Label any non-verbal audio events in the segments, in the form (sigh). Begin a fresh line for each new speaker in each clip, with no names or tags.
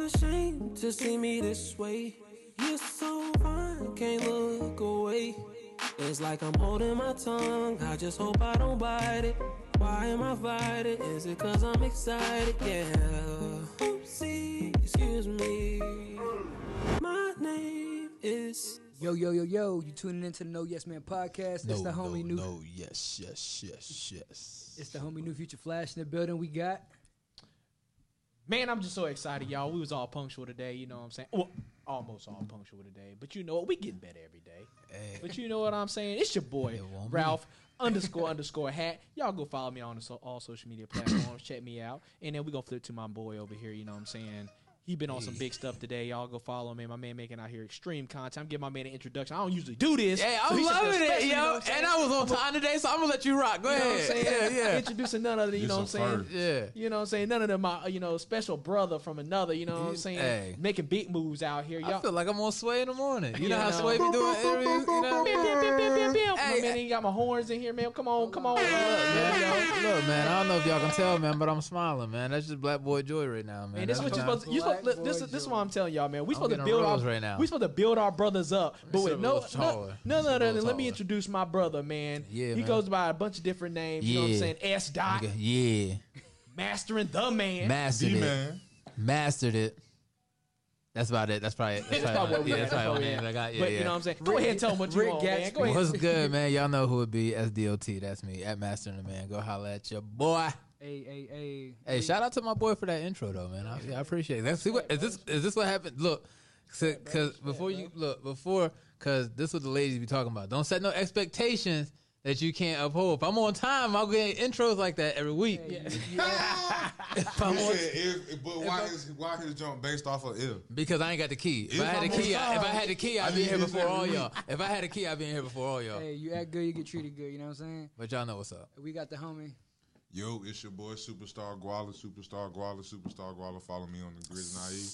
ashamed to see me this way. You're so fine, can't look away. It's like I'm holding my tongue, I just hope I don't bite it. Why am I fighting? Is it cause I'm excited? Yeah. Oopsie, excuse me. My name is.
Yo, yo, yo, yo, you tuning into the No Yes Man podcast. it's the homie new
No, yes, yes, yes, yes.
it's the homie new future flash in the building we got.
Man, I'm just so excited, y'all. We was all punctual today, you know what I'm saying? Well, almost all punctual today. But you know what? We getting better every day. But you know what I'm saying? It's your boy,
won't be.
Ralph underscore underscore hat. Y'all go follow me on the so- all social media platforms. check me out. And then we gonna flip to my boy over here, you know what I'm saying? He been on some big stuff today. Y'all go follow him. My man making out here extreme content. I'm giving my man an introduction. I don't usually do this.
Hey,
so
I'm
he's something
loving it,
special,
yo.
you know what I'm saying?
and I was on time today, so I'm gonna let you rock. Go
You know what I'm
ahead.
saying?
Yeah, yeah.
Introducing none other, you
Do
know what I'm
some
saying?
first.
Yeah.
You know what I'm saying? None of them are, you know, special brother from another, you know what I'm saying?
Hey.
Making big moves out here. Y'all.
I feel like I'm on Sway in the morning. You
You
know how
know.
Sway be doing interviews? You know?
Bam, bam, bam, bam, bam, bam.
Hey,
My man,
hey.
you got my horns in here, man. Come on, come on.
Look,
man.
man, look, man, I don't know if y'all can tell, man, but I'm smiling, man. That's just black boy joy right now, man.
Man, this is what
That's
you
what
supposed to. You supposed,
Black
look, this,
boy
is- this is
joy.
what I'm telling y'all, man. We supposed to
getting
build our
rose right now.
We supposed to build our brothers up, but
sit
with
up a
no,
little
no,
taller.
no,
Sit up a
no, no,
little
Let me
taller.
introduce my brother, man.
Yeah,
he
man.
goes by a bunch of different names. You know what I'm
Yeah.
saying? S dot,
I'm- Yeah.
mastering the man.
Mastered
D
it.
man.
Mastered it. That's about it. That's probably it. That's
(laughs) That's probably what
probably,
we
yeah,
had.
that's probably
That's
what
what we
names
had.
I got. Yeah,
but
yeah.
you know what I'm saying? Go ahead and tell them what you
Rick
want, man.
Gatsby.
Go ahead.
What's good,
(laughs)
man? Y'all know who it be. SDOT. That's me. At Master and the Man. Go holla at your boy.
Hey, hey, hey.
Hey, shout out to my boy for that intro though, man. I, yeah, I appreciate it. That's see what is this is this what happened? Look, because before you look before because this what the ladies be talking about. Don't set no expectations that you can't uphold. If I'm on time, I'll get intros like that every week. if I'm
He
on,
said if, but why is why his jump based off of if?
because I ain't got the key. If I had
I'm
the
on
key, I, if I
time,
had the key,
I
I'd be
need
here
this
before all
every
y'all. If I had a key, I'd be here before all y'all.
Hey, you act good, you get treated good, you know what I'm saying?
But y'all know what's up.
We got the homie.
Yo, it's your boy Superstar Guala, Superstar Guala, Superstar Guala. Follow me on the Grizz E. Naive.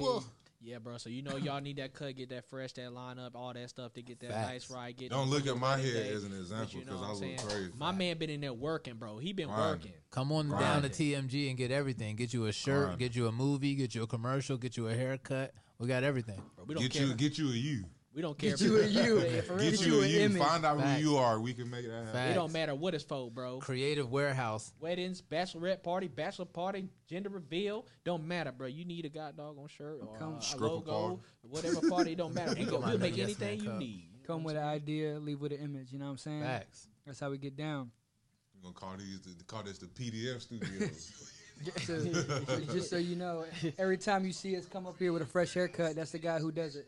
Super.
Yeah, bro. So you know y'all need that cut, get that fresh, that line up, all that stuff to get that
Facts.
nice ride. Get
Don't
that
look at my
day.
head as an
But
example
you know
because
what
I
I'm
look
saying?
crazy.
My man been in there working, bro. He been
Grinding.
working.
Come on down to
Grinding.
TMG and get everything. Get you a shirt,
Grinding.
get you a movie, get you a commercial, get you a haircut. We got everything.
Bro, we don't
Get
care.
you, get you a you.
we don't care.
Get you a
if- (laughs)
you.
Yeah, for real.
Get
Get
you
you
a
an
you.
image.
Find out
Facts.
who you are. We can make that happen.
Facts.
It don't matter what it's for, bro.
Creative Warehouse.
Weddings, bachelor rep party, bachelor party, gender reveal, don't matter, bro. You need a god dog on shirt or
Come-
a- a
Stripper
logo,
party.
whatever party, it don't matter. We go,
Come on,
we'll
man.
make
Yes,
anything
man,
you
come.
need.
Come with an idea, leave with an image, you know what I'm saying? (laughs)
Facts.
That's how we get down.
We're gonna call these the, call this the PDF studios.
Just so, so- just so you know, every time you see us come up here with a fresh haircut, that's the guy who does it.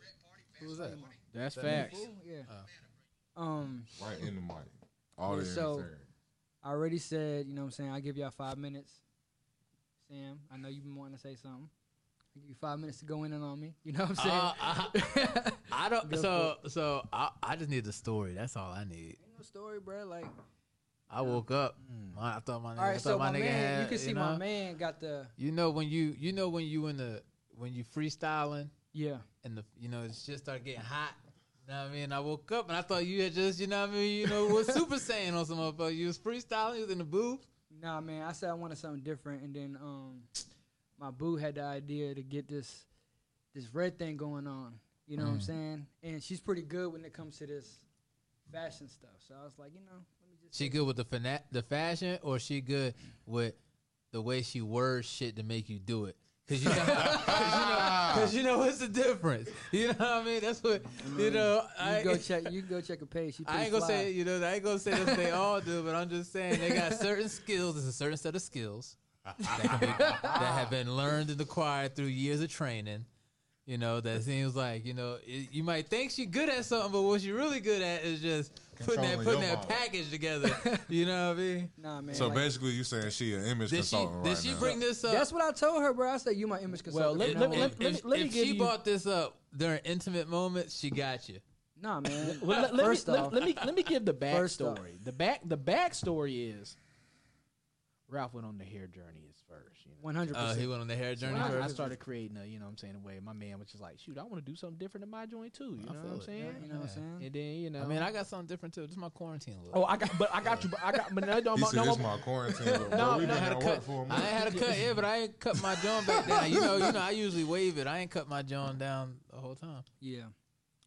Who was that?
That's facts.
Yeah. Um,
right in the mic. All
Yeah,
the
so-
everything.
I already said, you know what I'm saying, I give y'all five minutes. Sam, I know you've been wanting to say something. I give you five minutes to go in and on me. You know what I'm saying?
Uh, I, I don't.
Go
So so I, I just need the story. That's all I need.
Ain't no story, bro. Like,
I woke up. My, I thought my nigga.
Hmm. all
I
right,
thought
so
my,
my,
nigga
man,
had.
you can see
know?
my man got the
You know when you you know when you in the when you freestyling
yeah.
and the you know it's just start getting hot. You know what I mean? I woke up and I thought you had just you know what I mean you know was
(laughs)
super saiyan on some motherfucker. You was freestyling. You was in the booth.
Nah, man, I said I wanted something different, and then um, my boo had the idea to get this this red thing going on. You know what
Mm.
I'm saying? And she's pretty good when it comes to this fashion stuff. So I was like, you know, let me just
She good with the fana- the fashion, or she good with the way she words shit to make you do it. Cause you know, (laughs) cause you know, 'cause you know what's the difference. You know what I mean? That's what you know. I,
you
(laughs)
go check. You go check a page. She
I ain't gonna say you know. I ain't gonna say that's what they all do, but I'm just saying they got certain skills. There's a certain set of skills that, can be, that have been learned and acquired through years of training. You know that seems like you know it, you might think she good at something, but what she really good at is just putting that
Controlling
putting
your
that
mind.
package together. You know what I
(laughs)
mean?
Nah, man.
So
like,
basically, you saying she an image
Did she
consultant right
did she
now.
bring this up?
that's what I told her, bro. I said you my image
Well,
consultant.
let,
from
let,
now
let,
on."
let,
if
me- let me
if
give
she
you.
brought this up during intimate moments, she got you.
nah, man. (laughs)
Well, let, let
First
me, let-
off,
let, me let me give the
First off.
backstory. The back the backstory is Ralph went on the hair journey as first. You know?
One hundred
Uh, he
percent.
went on the hair journey
When I- I,
first.
started creating a, you know what I'm saying, a way my man was just like, shoot, I want to do something different in my joint too. You
I
know
feel
what I'm
it.
saying?
You know what I'm
Yeah.
saying?
And then, you know.
I mean, I got something different too. This is my quarantine look.
oh, I got, but I got you, but I got, but
(laughs)
no, no,
He
no,
said,
no,
"This my quarantine." Bro,
No,
we
no,
been
I
I had
out
a
of
cut.
work for a
I
month.
had a cut, yeah, but I ain't cut my jaw back down. You know, you know, I usually wave it. I ain't cut my jaw down the whole time.
Yeah.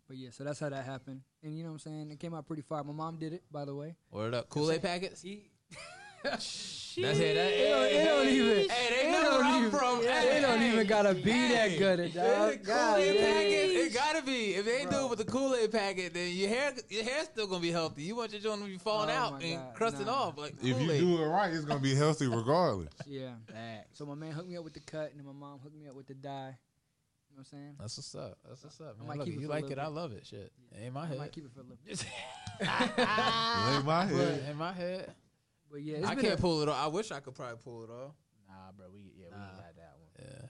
But yeah, so that's how that happened. And you know what I'm saying? It came out pretty far. My mom did it, by the way.
Word up, Kool Aid packets.
That's
That's it. That,
It don't, it don't even.
Hey, they
it
know
don't
where I'm
even-
from.
yeah,
Hey,
it don't
hey,
even gotta be
hey.
that gutted, dog. God,
Kool-Aid
yeah.
packet, it gotta be. If they ain't do it with the Kool Aid packet, then your hair, your hair's still gonna be healthy. You want your joint to be falling
Oh
out
my
and
God,
crusting
nah.
off like
If
Kool
you
Aid.
do it right, it's gonna be healthy regardless.
Yeah.
facts.
So my man hooked me up with the cut, and then my mom hooked me up with the dye. You know what I'm saying?
That's what's up. That's what's
I
up. Man.
might
Look,
keep
if
it
you
for a
like it,
little
I
bit.
love it. Shit, it ain't my
I
head.
might keep it for a little bit.
Lay my head.
But in my head,
But yeah, it's
I
been
can't
a,
pull it off. I wish I could probably pull it off.
(laughs) Nah, bro, we, yeah, we
Nah.
got that one.
Yeah.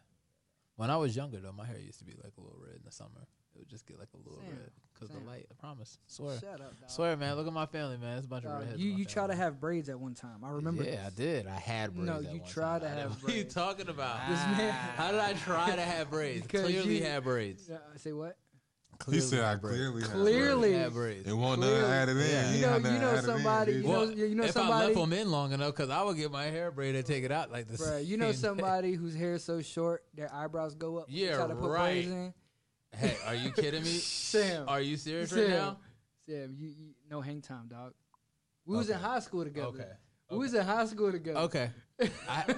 When I was younger though, my hair used to be like a little red in the summer. It would just get like a little
Sam,
red because the
Sam.
light. I promise. Swear.
Shut up, dog.
Swear, man. Look at my family, man. It's a bunch of
Dog,
redheads.
you
in my
you try to
family.
have braids at one time. I remember.
Yeah, I
this.
did. I had braids.
No,
at
you
one
tried
time.
to have
What are you
braids.
talking about?
This man-
(laughs) How did I try to
(laughs)
have braids?
Because
Clearly
you-
had braids.
Uh, say what?
He
Clearly
said, "I
had braids.
clearly, have
Clearly.
braids.
had braids.
It won't nothing
Clearly.
added in.
Yeah.
He
You know-
ain't
you know
nothing added
somebody,
In,
you
bitch.
know-
Well,
you know
if I
somebody-
left them in long enough, because I would get my hair braided, take it out like (laughs) this.
Bruh, you know somebody whose hair is so short, their eyebrows go up. when they
Yeah,
try to put
right.
braids in.
hey, are you kidding me?
(laughs) Sam.
Are you serious
Sam,
right now?
Sam, you, you no hang time, dog. We was in
Okay.
high school together.
Okay.
We was in high school together. (laughs)
Okay. I,
You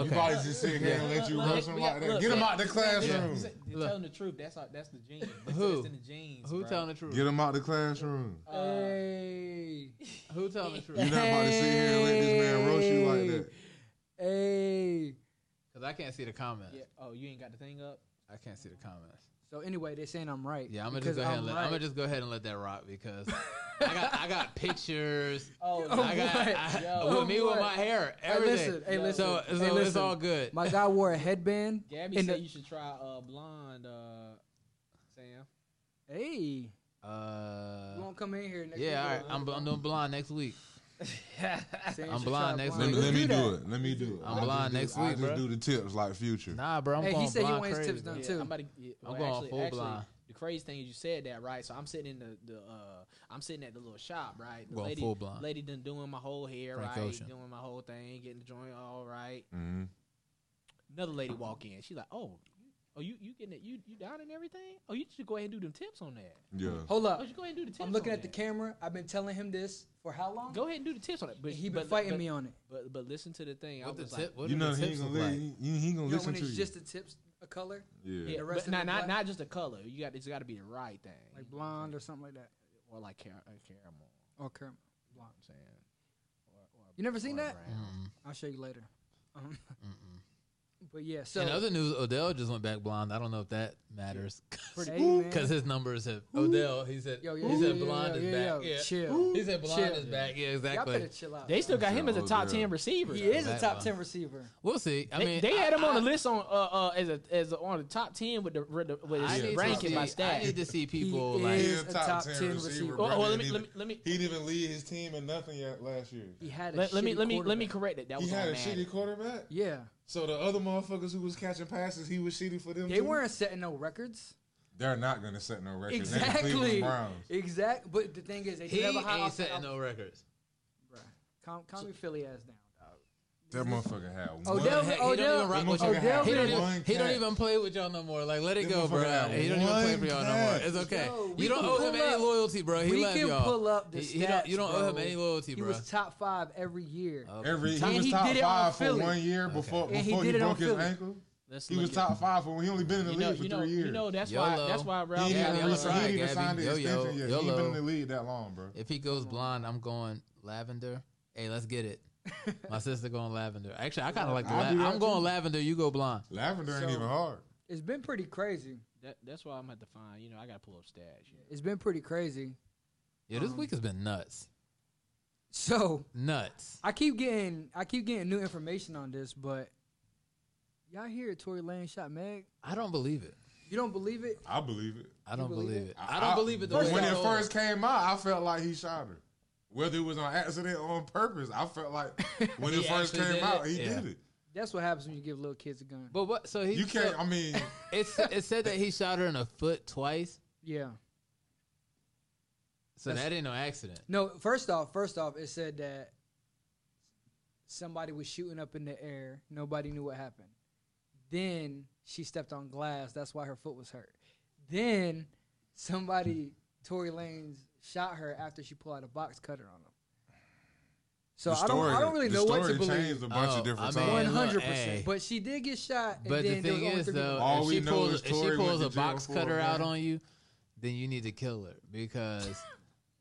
okay.
probably just sit here and let you
Look,
run something
look,
like that.
look,
Get him
look.
out the classroom. (laughs)
You're
Look.
telling the truth. That's our, that's the gene. That's
Who?
It's in the genes.
Who
bro.
telling the truth?
Get him out the classroom.
uh,
Hey,
Who telling the truth?
You're not about to sit here and let this man roast you like that.
hey.
Because I can't see the comments.
Yeah. Oh, you ain't got the thing up.
I can't see the comments.
So anyway, they're saying I'm right.
Yeah, I'm gonna
because
just go ahead and let, I'm gonna
right.
just go ahead and let that rock because I got I got pictures.
Oh,
I got
what?
I-
Yo.
with me
What?
with my hair, everything.
listen, hey, listen,
so
hey,
so it's
listen.
all good.
My guy wore a
(laughs)
headband.
Gabby
and
said
the-
you should try uh, blonde. Uh, Sam.
(laughs)
hey, you
uh,
won't come in here next
yeah, all
week.
right. I'm I'm doing blonde next week.
Sam
I'm
should
blind
try
next
Let
blonde.
me,
week.
let
Let's
me do
that.
it. Let me do it.
I'm
I just
blind
do-
next
I
week,
just
bruh.
do the tips like future.
Nah, bro, I'm
Hey, he
going
said he
blind
wants
crazy,
tips
bro.
done,
Yeah,
too.
I'm about to get,
I'm
well,
going
actually,
full
actually,
blind.
The crazy thing is you said that right. So I'm sitting in the the uh, I'm sitting at the little shop right. The
Going
lady,
full blind.
Lady done doing my whole hair
Frank
right,
Ocean.
doing my whole thing, getting the joint all right.
Mm-hmm.
Another lady walk in. She like, oh, oh you you getting it? You you down and everything? Oh, you should go ahead and do them tips on that.
Yeah.
Hold
Oh,
up.
you go ahead and do the tips.
I'm looking
on
at the
that.
camera. I've been telling him this for how long?
Go ahead and do the tips on it. But
And he been
but,
fighting
but,
me on it.
But but listen to the thing. I
What the
was
tip?
like,
What
you
do
know
the
he ain't
tips
gonna
look
li-
like?
he, he, he ain't gonna
You know,
listen
when
to
it's
you.
just the tips, a color,
yeah.
yeah,
the rest
but
of
not
the
not
black-
not just the color. You got it's got to be the right thing,
like blonde or something like that,
or like car- uh, caramel.
or caramel.
You know what I'm saying. Or- or-
You never seen
or
that?
brown.
I'll show you later. Um, (laughs) but yeah, so
In other news, Odell just went back blonde. I don't know if that matters
Pretty-
because his numbers have Odell. He said
Yo, yo,
he
yo,
said
yo,
blonde
yo,
is
yo,
back.
yo,
Yeah.
chill.
He said blonde
Chill.
is back. Yeah,
y'all better
exactly.
chill out.
They still got him as a
Oh,
top
yeah.
ten receiver.
he
though.
is a
That
top
one.
ten receiver.
We'll see. I
They,
mean,
they had him on
I-
the list on uh, uh as a as a, on the top ten with the with, the, with
I
his
need to
ranking by
see- I need
stats.
to see
He
people like
He
is
a top 10 receiver,
Oh,
Brandon
well, let me
even-
let me let me
He didn't even lead his team in nothing yet last year.
He had a
let, let me
shitty
let me let me
quarterback.
correct it. That
He
was
had
on
a
Madden.
shitty quarterback.
Yeah,
So the other motherfuckers who was catching passes, he was shitty for them.
they
too?
weren't setting no records.
They're not gonna set no record.
Exactly.
Browns.
Exact. But the thing is, they
he
did have a high
ain't
offense.
setting no records.
Bruh, Calm, calm your Philly ass down. dog.
That motherfucker had one.
Odell-
He don't
Odell-
even rock with
Odell
y'all. He
did
don't even-
one
He don't
catch.
even play with y'all no more. Like, let it
This
go,
motherfucker
bro.
had
He don't even play
one
for y'all no more.
catch.
It's okay.
Yo, we
you don't
can
owe him
pull
any
up-
loyalty, bro. He
we
left
can
y'all.
pull up the
He- he don't- you
stats,
don't owe him
bro.
any loyalty,
He
bro. Uh, Oh,
was top five every year.
Every he
And
was
he
top
did it on
five for
Philly.
one year before
And he
before he,
did it on
broke his
Philly.
ankle.
Let's
He
look
was
at-
top five for he only been in the
You know,
league for
you know,
three years.
you know. That's why
YOLO.
that's why Ralph.
he
Yeah,
didn't
yeah,
even,
that's
he
right,
didn't even
Gabby.
sign the
Yo, yo,
extension yet. He ain't
YOLO.
been in the league that long, bro.
If he goes blonde, I'm going lavender. Hey, let's get
(laughs)
it. My sister going lavender. Actually, I kind of like the.
I'll do
La-
that
I'm going
too.
lavender. You go blonde.
Lavender ain't
So-
even hard.
It's been pretty crazy.
that, that's why I'm gonna have to find. You know, I gotta pull up stats. You know.
It's been pretty crazy. (laughs)
Yeah, this
Um,
week has been nuts.
So
Nuts.
I keep getting I keep getting new information on this, but y'all hear Tory Lane shot Meg?
I don't believe it.
You don't believe it?
I believe it.
I don't
believe
believe
it?
it. I don't believe it. The way
When
I
it
told
first came out, I felt like he shot her. Whether it was on accident or on purpose, I
(laughs)
felt like when it
He
first
actually
came
did
out,
it?
he
Yeah.
did it.
That's what happens when you give little kids a gun.
But what? So he
You
so
can't. I mean,
it's it said that he shot her in the foot twice.
yeah.
So
That's-
that ain't no accident.
No, first off, first off, it said that somebody was shooting up in the air. Nobody knew what happened. Then she stepped on glass. That's why her foot was hurt. Then somebody, Tory Lanez, shot her after she pulled out a box cutter on him. So
the
I don't,
story,
I don't really
the
know what
story
to believe.
changed a bunch
Oh,
of different
I mean,
One
times.
look,
hundred
hey.
percent. But she did get shot. And
But the
then there was
thing
only
is,
three people-
though,
All
if
we
she
know
pulls
is
if she
Tory went
pulls
to
a box
jail for it,
cutter out
man.
on you, then you need to kill her
(laughs)
because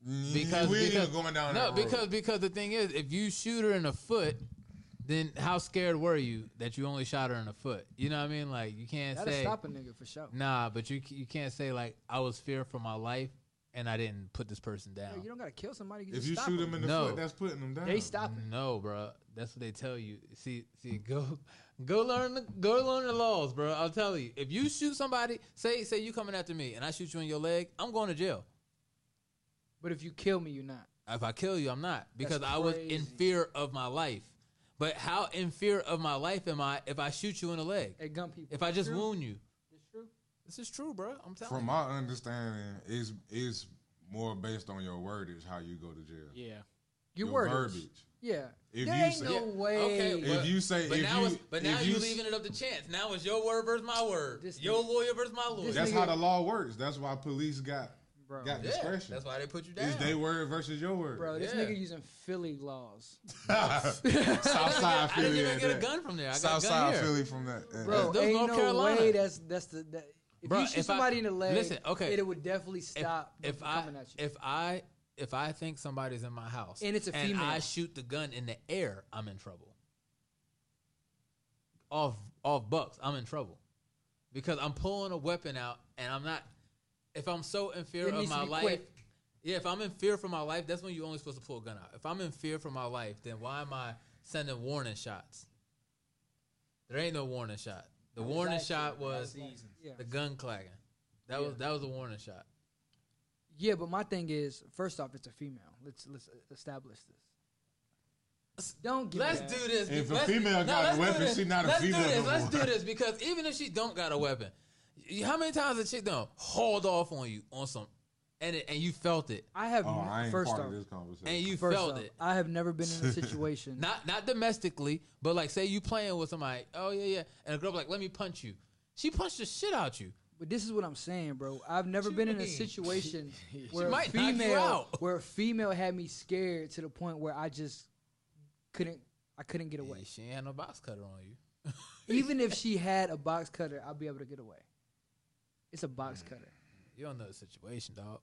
Because
because
we ain't
because
even going down
no
that road.
because because the thing is if you shoot her in the foot. Then how scared were you that you only shot her in the foot? You know what I mean? Like you can't
that'll
say
stop a nigga for sure.
Nah, but you c- you can't say like I was fearing for my life and I didn't put this person
Yeah, you
down.
don't gotta kill somebody. You
if
just
you
stop
shoot
them.
him in the
No.
foot, that's putting him down.
they stop it.
No, bro, that's what they tell you. See, see, go go learn the go learn the laws, bro. I'll tell you. If you shoot somebody, say say you coming after me and I shoot you in your leg, I'm going to jail.
But if you kill me, you're not.
If I kill you, I'm not because I was in
crazy.
fear of my life. But how in fear of my life am I if I shoot you in the leg?
Hey, gun people.
If I just
True.
wound you,
It's true.
this is true, bro. I'm telling
From
you.
my understanding, is is more based on your wordage how you go to jail.
Yeah.
Your,
Your
word.
verbiage.
Yeah.
If
there
you
ain't
say-
no
Yeah.
way.
Okay,
If
But-
you say,
But
if
now,
you,
it's, but
if
now you
s-
leaving it up to chance. Now it's your word versus my word.
This
your
nigga-
lawyer versus my lawyer.
this
That's
nigga-
how the law works. That's why police got
bro.
got
Yeah,
discretion.
That's why they put you down. (laughs)
Is they word versus your word? (laughs)
Bro, this
Yeah.
nigga using Philly laws.
(laughs)
Southside
I didn't
Philly.
even
at
get a
that.
gun from there. I got a gun
Southside
here.
Philly from that. at
Bro,
that.
those
ain't
North
no
Carolina.
way that's that's the. That, if
Bro,
you shoot
if I-
somebody in the leg,
listen, okay.
it, would definitely
If-
stop them
If
from
I
coming at you.
if I if I think somebody's in my house
And it's a female.
I shoot the gun in the air, I'm in trouble. Off off bucks, I'm in trouble because I'm pulling a weapon out and I'm not. If I'm so in fear
It
of
needs to
my
be
life.
quick.
Yeah, if I'm in fear for my life, that's when you're only supposed to pull a gun out. If I'm in fear for my life, then why am I sending warning shots? There ain't no warning shot. The warning shot was
yeah.
the gun clacking. That was that was a warning shot.
yeah, but my thing is, first off, it's a female. Let's let's establish this. Don't get
Let's
that.
do this.
If a
Let's-
female got
let's
a
do
weapon,
this.
she not a
let's
female
Do this.
no
Let's
more.
do this because even if she don't got a weapon, y- how many times a chick done hauled off on you on some, and it, and you felt it,
I have
Oh,
n-
I ain't
first
part
off,
of this conversation.
and you
first
felt
off,
it.
I have never been
(laughs)
in a situation.
Not not domestically, but like say you playing with somebody. Oh yeah yeah, and a girl be like let me punch you. She punched the shit out you.
But this is what I'm saying, bro. I've never
you
been in a
mean?
situation where a
might knock you
female
out.
where a female had me scared to the point where I just couldn't I couldn't get away.
She ain't had no box cutter on you.
Even if she had a box cutter, I'd be able to get away. It's a box cutter.
You don't know the situation, dog.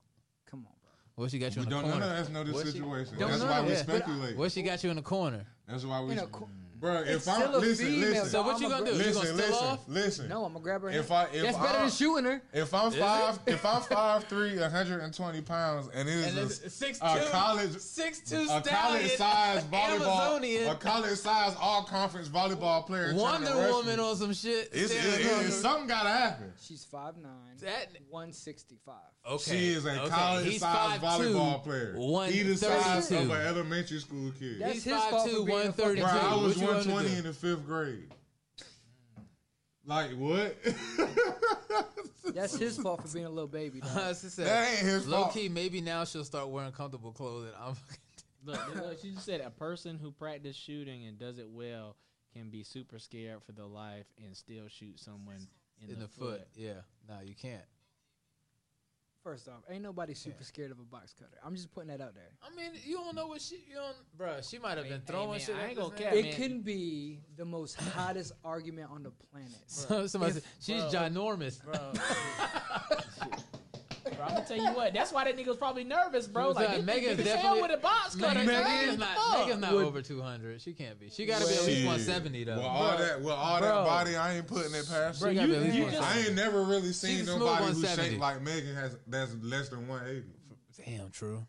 Come on, bro.
What she got you
we
in the
don't know.
corner?
That's no this
What she-
situation.
Don't
That's
know,
why we
yeah. But I-
speculate.
What she got you in the corner?
That's why we.
In a co-
bro, if
It's
I
still a
listen,
female,
listen,
So
dog.
what you
I'm a
gonna do? you gonna steal
listen, listen,
off?
listen.
No, I'm gonna grab her.
If
hand.
I- if
That's better
I-
than shooting her.
If I'm five, if
(laughs)
I'm five three, 120 pounds, and it is
And
a,
it's six
a
two-
college,
six two
a college
stallion, (laughs)
size volleyball,
Amazonian.
a college size all conference volleyball player, trying to
Wonder
rush
Woman
me.
on some shit.
It's,
Sarah
it-
Connor.
it- something gotta happen.
She's 5'9",
That-
165.
Okay,
She is a
okay.
college
He's
size
5'2",
volleyball player.
One
Either size of an
32.
elementary school kid.
That's
He's
his fault for
5'2",
being a fucking
132.
Bro, I was
What you wanna
120
do? (laughs) Mm.
in the fifth grade. Like what? (laughs)
That's his fault for being a little baby. dog.
(laughs) I was just saying,
That ain't his
Low
fault.
key, maybe now she'll start wearing comfortable clothes. And I'm (laughs)
Look, look, she just said a person who practices shooting and does it well can be super scared for their life and still shoot someone in,
in the foot. Yeah, no, you can't.
First off, ain't nobody super scared of a box cutter. I'm just putting that out there.
I mean, you don't know what she, you don't, bro. She might have been
Hey,
throwing
man,
shit.
I
at
ain't
this
gonna
man.
cap.
It
man.
can be the most hottest argument on the planet.
So- (laughs) Somebody said, she's ginormous.
Bro, I'm gonna tell you what. That's why that nigga was probably nervous, bro.
Who's
Like,
that?
this
Megan's
nigga
definitely-
definitely with a box cutter.
Megan's
Megan's
not, Megan's not over 200. She can't be. She got to be at least
Shit.
170 though.
With all that, with all
Bro.
that body, I ain't putting it past.
She
you.
gotta be
you-
at least
you
170.
I ain't never really seen
She's a smooth
nobody who's
170.
shaped like Megan has that's less than 180.
Damn, true.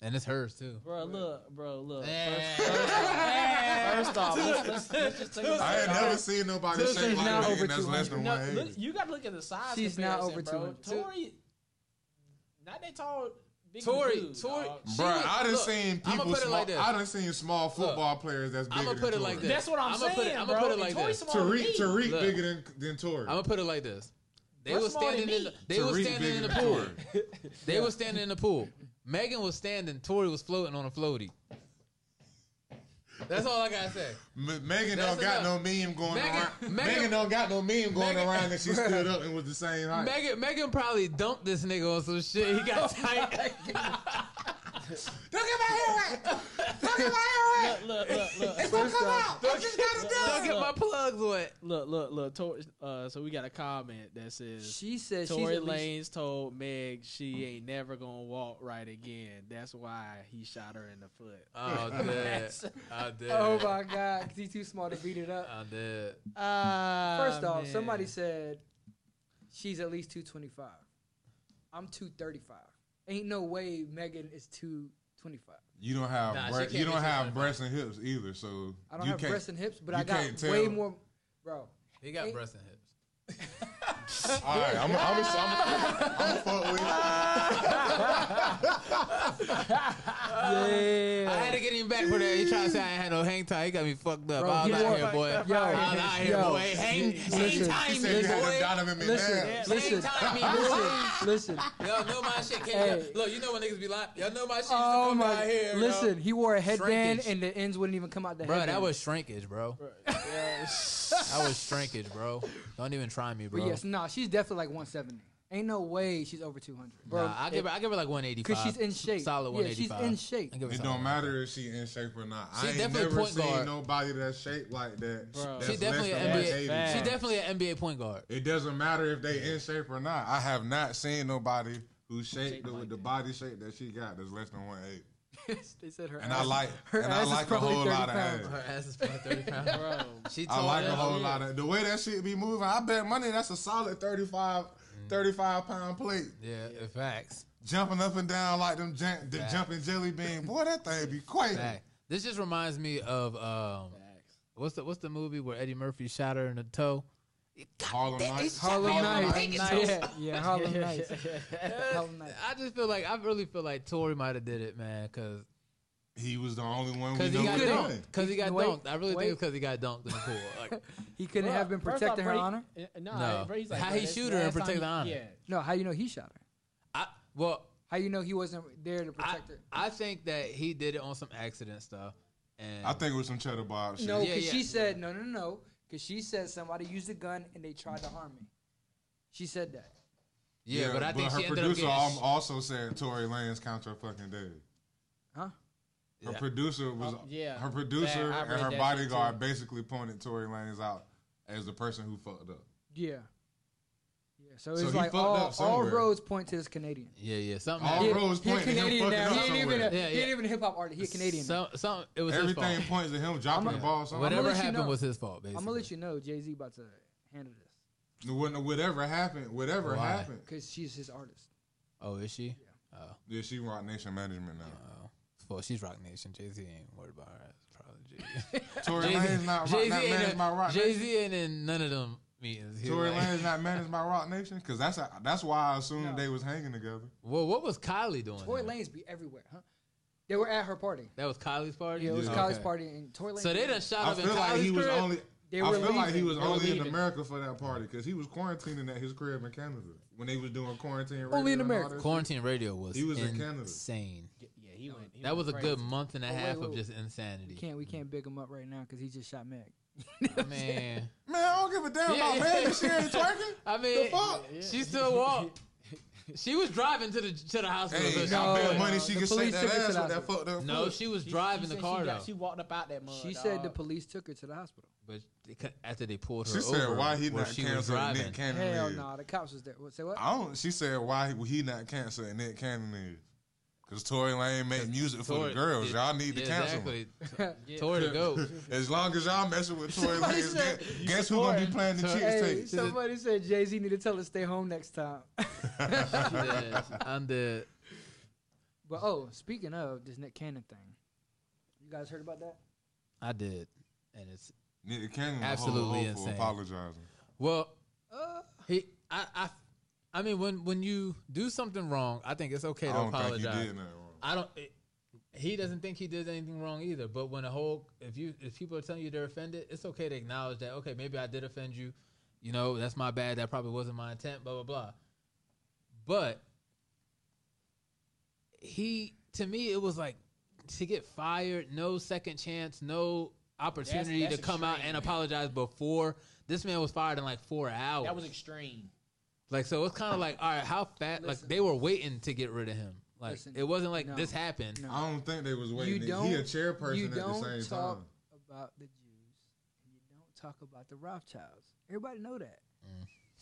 And it's hers too.
Bro, look, bro, look.
Eh.
First, first off, first off, let's, let's, let's
(laughs)
just take a
I ain't
second.
never seen nobody
She's
shaped like
not
Megan
over
that's less than
No, look,
180.
you got to look at the size.
She's not
comparison,
over
bro.
200.
Tori, not that tall Big
Tori,
dude,
Tori,
dog.
she
Bro,
was-
I done
look,
seen
I'ma
people.
put it
small,
like this.
I done seen small football players that's bigger
I'ma put
than
it like
Torrey.
this.
That's what I'm,
I'ma
saying,
put it- I'ma
bro.
put it
And
like
Torrey
this.
smaller than
Tariq,
me.
Tariq
Look.
bigger than than Torrey.
I'm gonna put it like this: they
That's
were
smaller
standing
than
in the,
me.
they were
Tariq
standing in
bigger
the
than
pool.
Torrey.
They were standing in the pool. Megan was standing. Tori was floating on a floaty. That's all I gotta say.
M- Megan
That's
don't got no
enough.
meme going
Megan-
around.
Megan-
Megan, don't got no meme going
Megan-
around that
(laughs)
she stood up and was the same height.
Megan, Megan probably dumped this nigga on some shit. He got tight.
Don't get my hair wet. Don't get my hair wet.
Look, look, look.
It's gonna come out. I just gotta
Don't
do
get my plugs wet.
Look, look, look. Tor- uh, so we got a comment that says
She said she's
Tory
at least, Mm.
Lanez told Meg she ain't never gonna walk right again. That's why he shot her in the foot.
Oh, dead. I did.
Oh my god, 'cause he's too small to beat it up.
I did. Uh,
Ah,
First off, somebody said she's at least 225. I'm 235. Ain't no way Megan is 225.
You don't have
Nah, she
breast,
can't
you don't
be
have
225.
breasts and hips either, so
I don't
you
have
can't.
breasts and hips, but
you
I got
can't tell.
way more. Bro,
He got breasts and hips.
All right, I'm I'm I'm, I'm,
(laughs)
I'm fuck with you.
I (laughs) had to get him back for that. He tried to say I ain't had no hang time. He got me fucked up.
Bro,
I
you
was out
want-
here, boy.
Yo,
I was out here,
yo.
boy. Hang, hang
Listen,
He
time,
said you had
me, boy.
a Donovan McNabb.
listen,
Hang
listen,
time, me, boy.
listen, listen.
Y'all know my
(laughs)
shit came
Hey.
up. Look, you know when niggas be lying. Y'all know my shit used to
Oh
come
my!
out here. yo.
listen, he wore a headband
Shrinkage.
and the ends wouldn't even come out the
Bro,
headband.
that was shrinkage, bro. (laughs) That was shrinkage, bro. Don't even try me,
But
bro.
yes, nah, she's definitely like 170. Ain't no way she's over 200. Bro,
nah, I give her, I give her like 185.
because she's in shape.
Solid
Yeah, she's
185.
in shape.
I give her
It
solid
don't matter if she in shape or not.
She
I ain't
definitely
never
point
seen
guard.
nobody that's shaped like that.
Bro.
That's
She definitely
less
an
than
That's
NBA.
180.
bad.
She definitely an NBA point guard.
It doesn't matter if they in shape or not. I have not seen nobody who's shaped with the body shape that she got that's less than 180.
(laughs) they said her
And
ass.
I like
her
and
ass
I
is
like a
probably
whole
30
lot of
pounds.
ass.
Her ass (laughs) is probably 30 pounds.
Bro,
She
I
tall
like
as
a whole
hell.
lot of the way that shit be moving. I bet money that's a solid 35,
Mm.
35 pound plate
Yeah, in facts.
jumping up and down like them jan- the
Fact.
jumping jelly bean. Boy, that thing be quaking.
Fact. This just reminds me of um, what's the what's the movie where Eddie Murphy shot her in the toe?
Harlem Nights.
Harlem Nights.
Nights.
Yeah, yeah, Harlem
(laughs)
(laughs)
Nights. Harlem Nights.
I just feel like I really feel like Tori might have did it, man, because
He was the only one we
Cause he
know
got
was
couldn't.
done.
dunked. Cause he got
Wait,
dunked. I really
wait.
think it's cause he got dunked in the pool. Like,
He couldn't have been protecting her honor.
No,
No.
bro, he's eh, like,
How
bro,
he
that's
shoot her and
last time
protect
he-
the honor?
Yeah.
No, how you know he shot her?
I well,
How you know he wasn't there to
I,
protect her?
I think that he did it on some accident stuff, and
I think it was some cheddar bob shit.
No,
Yeah,
because
yeah.
she said no, no, no, because she said somebody used a gun and they tried to harm me. She said that.
yeah, but I think
her
she ended up
producer
getting.
al- also said Tory Lanez count your fucking day.
Huh?
Her
Yeah.
producer was
Oh, yeah.
her producer
Yeah, I read
and
that
her
shit
bodyguard
too.
basically pointed Tory Lanez out as the person who fucked up.
Yeah. Yeah. So it's
So he
like
fucked
all,
up
all
somewhere.
roads point to this Canadian.
yeah, yeah, something.
All
happened.
roads
He a
point to him
Canadian
fucking
now.
up
He ain't even a,
somewhere.
Yeah,
he
yeah.
ain't even a hip hop artist. He a Canadian. now.
Some, some, it was his
Everything
fault.
points to him dropping
I'ma-
the ball somewhere.
Whatever
let you
happened
know.
was his fault. Basically,
I'm gonna let you know Jay Z about to handle this
When- Whatever happened, whatever
Why?
happened.
because she's his artist.
Oh, is she? Oh,
Yeah, she Rock Nation management now.
oh. Well, she's Rock Nation. Jay Z ain't worried about her. It's probably
(laughs)
Tory
Jay Z.
Lanez not Rock,
Jay
not
Z
managed
ain't,
my
in-
Rock.
Jay-Z
Nation.
ain't in none of them meetings. He
Tory
like-
Lanez not managed by Rock Nation because that's a, that's why I assumed
No.
they was hanging together.
(laughs) Well, what was Kylie doing?
Tory
there?
Lanez be everywhere, huh? They were at her party.
That was Kylie's party.
Yeah, it was
Yeah.
Kylie's
Okay.
party and Tory Lanez.
So
be
they done
there.
shot
I
up in
feel like
Kylie's
he was
crib?
only.
They
I
were
feel like he
leaving.
was
They were
only in
leaving.
America for that party because he was quarantining at his crib in Canada when they was doing quarantine.
Only in
radio and all
America.
that
Quarantine radio was
He was in Canada.
insane.
Yeah, he went. he
That was
went
a
crazy.
good month and a
Oh, wait,
half
wait,
of
wait.
just
We
insanity.
can't we can't big him up right now because he just shot Meg.
Man,
(laughs)
shit. Man, I don't give a damn
Yeah,
about
yeah.
man. This shit ain't twerking.
I mean,
fuck?
she
(laughs)
still walked. she was driving to the to the hospital.
Hey,
so
I
No,
bet
no,
money she
the
could
police
shake that
took it to
ass
the
with that
hospital.
fucked up.
she, no,
foot.
she was
She- she
driving
said
the car
she, got-
though.
she walked up out that
Oh,
mud.
She said the
dog.
police took her to the hospital.
but they cut- after they pulled her
she
over,
said why he
where
not
she was
canceling
driving.
Nick Cannon.
Hell
is.
no, the cops was there. What, say what?
I don't. She said why he, he not canceling Nick Cannon is because Tory Lane make music for the
Tory-
girls.
yeah,
y'all need to
yeah,
cancel. him.
Exactly. (laughs) Tore to go.
(laughs) As long as y'all messing with Tory
(laughs)
Somebody
Lanez,
said-
guess, guess who gonna be playing the
Tory-
Cheers
hey,
tapes? (laughs)
somebody said Jay Z need to tell us stay home next time. (laughs)
Yeah, I'm dead.
but oh, speaking of this Nick Cannon thing, you guys heard about that?
I did, and it's
Nick Cannon
Absolutely
absolutely
insane.
for apologizing.
well.
Uh,
He, I, I, I mean, when when you do something wrong, I think it's okay
I
to
don't think you
apologize.
did nothing wrong.
I don't. It, he doesn't think he did anything wrong either. But when a whole, if you, if people are telling you they're offended, it's okay to acknowledge that. Okay, maybe I did offend you. You know, that's my bad. That probably wasn't my intent. Blah blah blah. But he, to me, it was like to get fired, no second chance, no opportunity
that's
to come out
extreme,
and
man.
apologize before. This man was fired in like four hours.
That was extreme.
Like so, it's kind of like, all right, how fat? Like
Listen.
they were waiting to get rid of him. Like
Listen.
it wasn't like
No.
this happened.
No.
I don't think they was
You
waiting.
don't.
he a chairperson
you
at
don't
the same
talk
time.
about the Jews, and you don't talk about the Rothschilds. Everybody know that.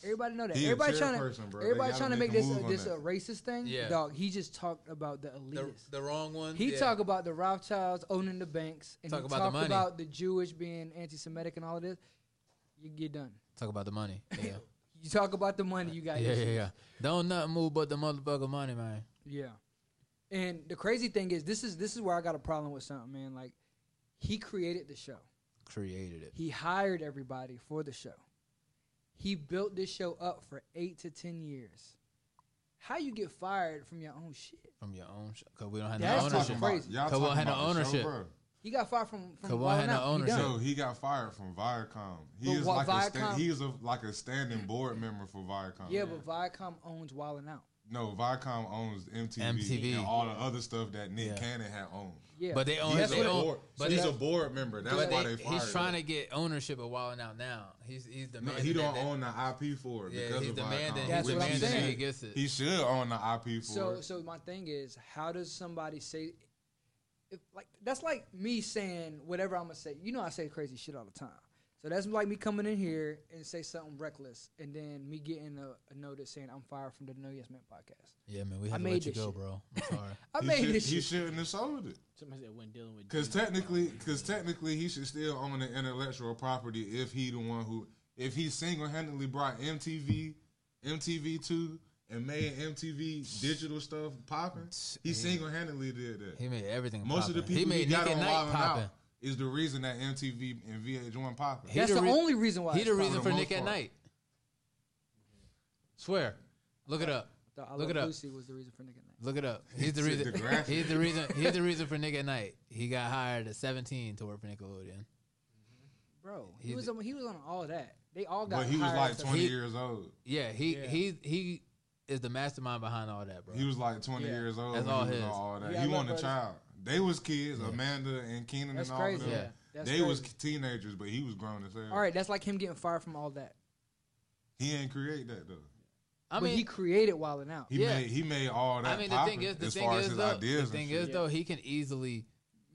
Everybody know that.
Mm. He a
everybody trying to.
chairperson, bro. They
Everybody
gotta
trying to
make
make
a
this
move
a,
on
this a
that.
racist thing.
Yeah.
Dog, he just talked about the elitists.
The, the wrong one.
He
yeah.
talked about the Rothschilds owning the banks, and
Talk
he
about the
talked
money.
about the Jewish being anti-Semitic and all of this. You get done.
talk about the money. (laughs) Yeah,
You talk about the money. You got
yeah, yeah,
issues.
yeah. Don't nothing move but the motherfucking money, man.
Yeah. And the crazy thing is, this is this is where I got a problem with something, man. Like, he created the show.
Created it.
He hired everybody for the show. He built this show up for eight to ten years. How you get fired from your own shit?
From your own, because we don't have
That's
no
Y'all
ownership.
talking about,
Crazy.
y'all
Cause we
talking
had no
about the show,
ownership.
bro.
He got fired from from
Kawhi
Wild
had no
Out. He
ownership.
done.
So he got fired from Viacom. He
But
is
what-
like a
Viacom-
sta- he is a, like a standing board member for Viacom.
Yeah, but Viacom owns Wild Out.
no, Viacom owns MTV,
MTV.
and all the other stuff that Nick
Yeah.
Cannon had owned.
Yeah,
But they own.
He's,
That's
a
they
what-
own
board,
but
he's
they-
a board member. That's
but
why
they-
they, fired.
he's trying
him.
to get ownership of Wildin' Out now. He's he's
No,
demanding.
he don't
that-
own the IP for it
Yeah,
because
he's
of
demanding.
Viacom.
That's
he's
what I'm
He
demanding that
saying.
He gets it.
He should own the IP for
So,
it.
so my thing is, how does somebody say, if, like that's like me saying whatever I'm gonna say. You know, I say crazy shit all the time. So that's like me coming in here and say something reckless, and then me getting a, a notice saying I'm fired from the No Yes Man podcast.
yeah, man, we
I
have to
made
let you
this
go,
shit.
bro. I'm sorry.
I
he
made
should,
this
He
shit.
shouldn't have sold it.
Somebody said wasn't dealing with.
Because
Jews.
technically, because technically, he should still own the intellectual property if he the one who, if he single handedly brought MTV, MTV two, and made MTV digital stuff popping. He single handedly did that.
he made everything.
Most of the
poppin'.
people he,
he made
got
Nick
on
and Knight
Wild 'N
popping.
Out is the reason that MTV and VH1 popping.
He
That's
the
the
re-
only reason why.
He
it's
the
fine.
reason for
the
Nick
most
at
part.
Night. Swear, look it up.
The I
Look
Love
it up.
Lucy was the reason for Nick and Nick.
Look it up. He's the
Check
reason.
the graphic.
he's the (laughs) reason. He's the reason for Nick at Night. He got hired at 17 to work for Nickelodeon.
Bro,
He
he was
did-
on, he was on all that. They all got.
But he was
hired
like
to-
twenty
He-
years old.
Yeah, he
Yeah.
he he is the mastermind behind all that, bro.
He was like twenty
Yeah.
years old.
That's
when
all
he was
his.
on all
You
that.
got
He
Love
wasn't a
Brothers?
child. They was kids,
Yeah.
Amanda and Keenan
That's
and all
crazy.
of them.
Yeah.
That's
they was
crazy.
teenagers, but he was grown as hell.
All right, that's like him getting fired from all that.
He didn't create that though.
I
but he
mean,
created Wild and Out.
He
Yeah.
made he made all that.
I mean, the
poppin'
thing is, the
as
thing
far as
is,
his
though,
ideas,
the
and
thing is,
shit.
though, he can easily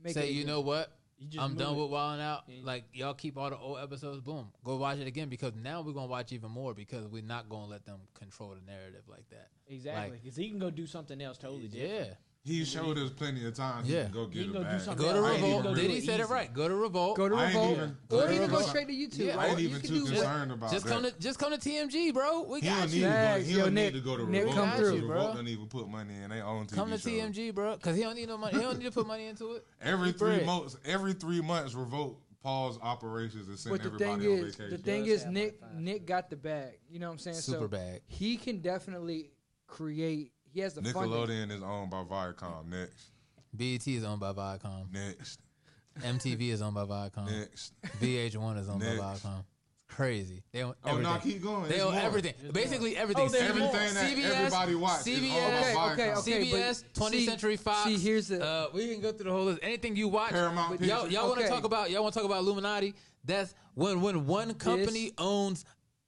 Make
say,
it
you
again.
know what,
You just
I'm
move
done
it.
with Wildin' Out.
Yeah.
Like y'all keep all the old episodes. Boom, go watch it again because now we're gonna watch even more because we're not gonna let them control the narrative like that.
Exactly, because he can go do something else totally
Yeah.
different.
he showed us plenty of times.
Yeah.
Yeah, go
He
get
go
it
do
back.
something
Go to
I ain't
Revolt.
even
Did he
really
say it
easy.
right? Go to Revolt.
Go to
I ain't
Revolt,
even-
or
I
you
ain't
can go
even-
straight to YouTube.
Yeah,
I
Or
ain't
you
even
can
too
do-
concerned about
just
that.
come to just come to TMG, bro. We
he don't
got
need
you.
to go.
Facts.
He
Yo,
don't
Nick-
need to go to
Nick,
Revolt.
come
because
through, bro.
Revolt don't even put money in their own TV
Come to
show.
TMG, bro, because he don't need no money. He don't need to put money into (laughs) it.
Every
Eat
three
bread.
months, every three months, Revolt pause operations and send
But the
everybody
thing
on
is, the
vacation.
thing
does
is,
have
Nick
Wi-Fi.
Nick got the bag. You know what I'm saying? so
Super bag.
He can definitely create. He has the funding.
Nickelodeon is owned by Viacom. Next,
BET E is owned by Viacom.
next,
MTV is owned by Viacom.
next.
VH1 is owned by
Next.
Viacom. Crazy. They own
Oh
everything.
no, keep going.
they
It's
own
more.
everything. Basically everything.
Oh, there's
Everything
more.
that everybody watches. is owned by
CBS.
Okay,
Viacom.
okay, okay. but
CBS, 20th
see-
Century Fox.
see, here's the-
uh, we can go through the whole list. Anything you watch,
Paramount
but y'all,
Pictures.
y'all want to
Okay.
talk about y'all want to talk about Illuminati? That's when when one company owns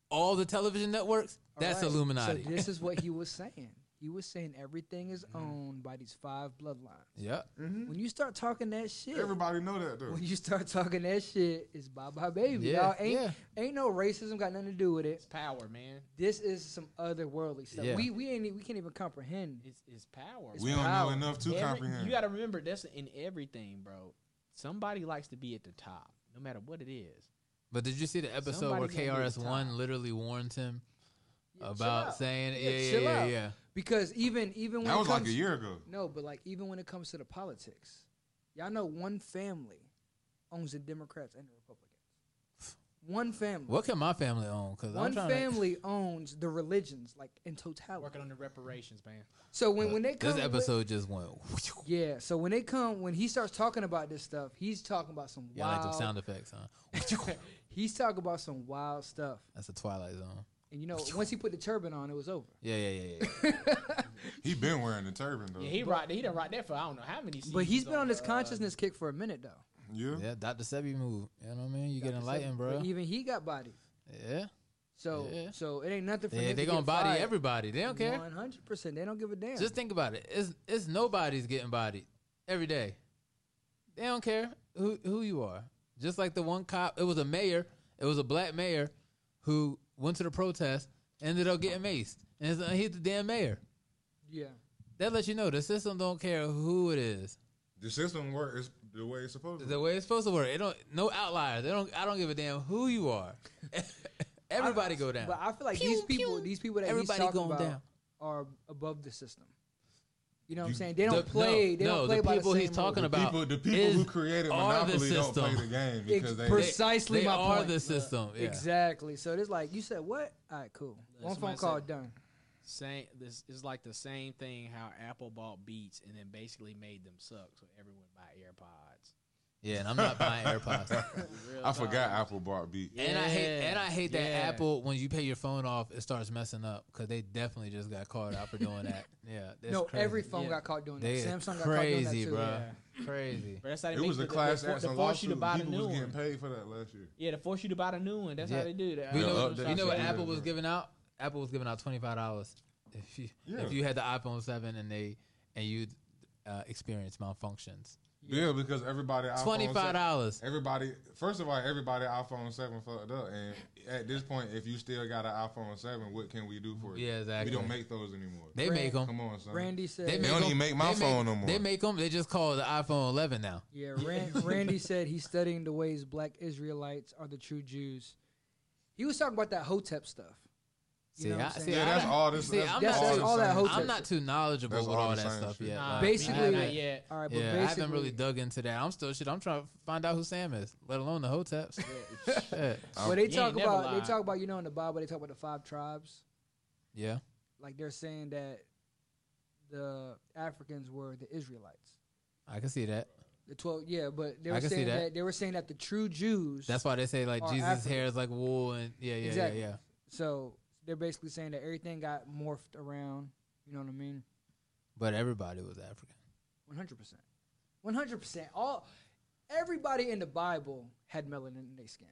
all the television networks. That's
Alright,
Illuminati. Mm-hmm.
So
(laughs)
this is what he was saying. He was saying everything is owned by these five bloodlines.
yeah.
When you start talking that shit,
Everybody know that though.
when you start talking that shit, it's bye bye baby.
Yeah,
Y'all ain't
yeah.
ain't no racism got nothing to do with it.
It's power, man.
This is some otherworldly stuff.
Yeah.
We we ain't e- we can't even comprehend.
It's it's power.
It's
We don't know
power.
enough to
Every-
comprehend.
You got to remember that's in everything, bro. Somebody likes to be at the top, no matter what it is.
But did you see the episode
Somebody's
where
gonna be at
KRS
the
One
top.
literally warns him
Yeah, chill
about
out.
saying,
Yeah,
yeah, yeah,
chill
yeah,
out.
yeah.
Because even even when
that
it
was like
comes-
a year ago.
No, but like even when it comes to the politics, y'all know one family owns the Democrats and the Republicans. One family.
What can my family own? Because I'm
One
trying
family owns the religions, like in totality.
Working on the reparations, man. (laughs)
So when,
To,
when they come
this
with-
episode just went. (laughs)
yeah. So when they come, when he starts talking about this stuff, he's talking about some
Y'all like
wild.
them sound effects, huh?
he's talking about some wild stuff.
That's a Twilight Zone.
And
(laughs)
you know, once he put the turban on, it was over.
Yeah, yeah, yeah, yeah.
He been wearing the turban though.
Yeah, he rocked. He done rocked that for I don't know how many.
But he's
seasons
been on this
uh,
consciousness kick for a minute though. (laughs)
Yeah.
yeah, Dr. Sebi move. You know what I mean? You get
Dr.
enlightened,
Sebi.
bro.
But even he got body.
Yeah.
So
Yeah.
so it ain't nothing for
They,
him.
they
to
gonna
get
body
fired.
everybody. They don't care.
One hundred percent. They don't give a damn.
Just think about it. It's it's nobody's getting bodied every day. They don't care who who you are. Just like the one cop, it was a mayor, it was a black mayor who went to the protest, ended up getting maced, and it's- he's the damn mayor.
yeah.
That lets you know the system don't care who it is.
The system work is the way it's supposed to.
The way it's supposed to work, it don't no outliers. They don't. I don't give a damn who you are. (laughs) Everybody go down.
But I feel like these people, these people that
Everybody
he's talking
going
about
down.
are above the system. You know what I'm
You-
saying? They don't play.
no,
they
no,
don't play
the
by
people
the same
he's talking
rules.
about
People, the people
is-
who created
are the
Monopoly don't play
system.
the game
Ex-
because they. (laughs)
pers- Precisely
they
my
are
point.
the system. Yeah.
Exactly. So it's like you said, what? All right, cool.
Yeah,
One phone
somebody
call
said-
done.
Same. This is like the same thing how Apple bought Beats and then basically made them suck, so everyone buy AirPods.
Yeah, and I'm not buying
(laughs)
AirPods.
Real
I
talk.
forgot Apple bought beat.
And I hate
Yeah,
and I hate that
yeah.
Apple when you pay your phone off, it starts messing up because they definitely just got called out for doing
(laughs)
that. Yeah, that's
no,
crazy.
every phone
Yeah.
got caught doing that.
They
Samsung got caught doing
crazy,
that too.
bro.
Yeah.
Crazy.
But that's how they
It
make
was
the,
a class
the, the,
action
force you to
lawsuit.
buy the
People
new
was getting
one.
paid for that last year.
Yeah, to force you to buy the new one. That's
Yeah.
how they do that.
You
Yeah,
know,
updates
you know what
are
Apple
good,
was
bro.
giving out? Apple was giving out twenty five dollars if you
Yeah.
if you had the iPhone seven and they and you uh, experienced malfunctions.
Yeah, because everybody iPhone
Twenty five
seven-
dollars.
Everybody, first of all, everybody iPhone seven fucked up, and at this point, if you still got an iPhone seven, what can we do for you?
Yeah, exactly.
We don't make those anymore.
They
Brand-
make them.
Come on, son.
Randy said.
They don't even make my phone no more.
They make them. They just call it the iPhone 11 now.
yeah,
(laughs)
Ran- Randy said he's studying the ways Black Israelites are the true Jews. He was talking about that Hotep stuff. You
See,
know what
I,
I'm
see,
saying?
yeah,
I
that's
don't-
all this.
see,
that's
I'm
That's-
not
that's
the
all that
same
whole
shit.
I'm not too knowledgeable
That's
with
all
all
the
that
same
stuff
shit.
yet.
Nah,
Like,
Basically-
nah,
I-
not
yeah.
yet.
All right, but
yeah,
basically,
I haven't really dug into that. I'm still shit. I'm trying to find out who Sam is, let alone the Hoteps. (laughs) Shit.
Well, they
ain't
talk
never
about
lied.
they talk about you know in the Bible they talk about the five tribes.
yeah,
Like they're saying that the Africans were the Israelites.
I can see that.
The twelve, yeah, but they
I
were
can see
saying
that.
that. they were saying that the true Jews.
That's why they say like
Or
Jesus'
Africa.
hair is like wool, and yeah, yeah,
Exactly.
yeah, yeah.
so they're basically saying that everything got morphed around. You know what I mean?
But everybody was African.
One hundred percent, one hundred percent. All everybody in the Bible had melanin in their skin.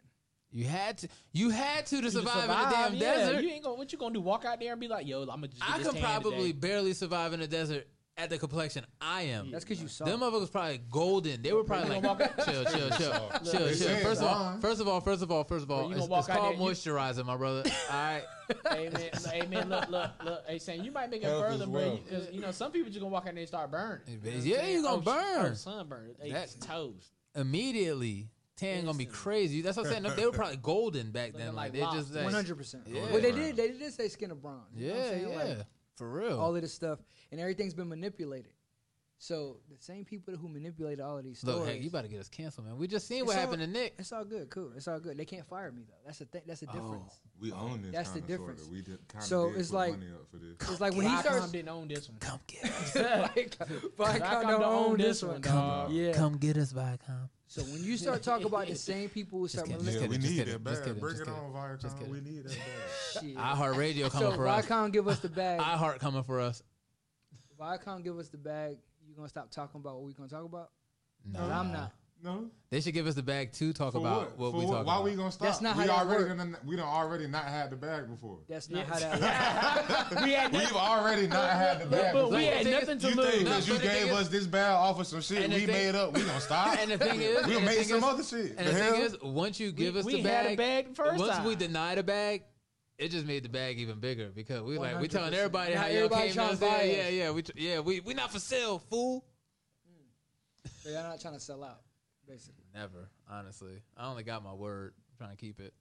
You had to. You had to to
You
survive, in the damn
yeah.
desert.
You ain't gonna, what you gonna do? Walk out there and be like, "Yo, I'm gonna just." Get
I
this
could
tan
probably
Today.
barely survive in the desert at the complexion I am.
That's because you saw.
Them motherfuckers probably golden. They were probably
gonna
like, chill, chill, chill, chill,
They
chill.
said
First of all,
blind.
first of all, first of all, first of all,
you
it's,
gonna walk
it's
out
called
there, you-
moisturizing,
(laughs)
my brother. All right,
hey
(laughs)
man, hey man, look, look, look. Hey, Sam, you might make it
Health
further,
is
bro.
wealth.
you- 'cause, You know, some people just gonna walk out there and start burning. You know what I'm
Yeah,
saying?
you gonna
Oh, sh-
burn.
Oh, sunburn. Hey,
That's-
it's toast.
immediately tan gonna be
Listen.
crazy. That's what I'm saying. They were probably golden back then.
Looking
Like
like
they just
One
like,
hundred percent.
Yeah.
Well, they did. They did say skin of bronze. You know what I'm
yeah,
saying? Like,
yeah, for real.
all of this stuff, and everything's been manipulated. So the same people who manipulated all of these stories,
Look, hey, you about to get us canceled, man. We just seen what
It's all-
happened to Nick.
it's all good, cool, it's all good. They can't fire me though. That's the thing. That's the difference.
We own this.
That's the
kinda, sorta.
difference.
We did, kinda
So
did
it's
put
like-
money up for this.
It's like when he
Viacom (laughs)
starts, (laughs)
didn't own this one.
Come get us.
like, Viacom
Viacom
don't own this one.
dog.
Yeah.
Come get us, Viacom.
So when you start talking about the same people who start
kidding,
manipulating,
yeah,
kidding,
we
just
need
kidding,
that
just
bag.
kidding,
Bring
just
it on,
just
Viacom.
kidding.
We need that bag.
(laughs) shit.
iHeartRadio coming
so
for us.
Viacom give us the bag.
iHeart coming for us.
Viacom give us the bag. You gonna stop talking about what we gonna talk about?
No,
'Cause I'm not.
No,
They should give us the bag to talk
for
about
what?
what,
For
we
what?
talk
Why
about.
we gonna stop?
That's not
we
how that
already
work.
done- we don't already not had the bag before.
(laughs)
That's not
Yeah.
how that
(laughs)
works.
We've already not had the bag.
But
before.
Like,
we had
the thing
nothing
is-
to
You
lose.
think
No,
because
but
you
the thing
gave
is-
us this bad off of some shit
and the
we
thing-
made up, we
(laughs)
gonna stop.
And the thing is,
we'll
and the
make
thing
some
is-
other shit.
And the
hell?
thing is, once you give us
we
the
had
bag,
a bag the first
once we
time.
denied a bag, it just made the bag even bigger because we like we telling
100%.
everybody
Now
how y'all
everybody
came to
tryna
us.
buy us.
Yeah, yeah, yeah, we tr- yeah, we we not for sale, fool.
So y'all not trying to sell out, basically.
Never, honestly. I only got my word. I'm trying to keep it.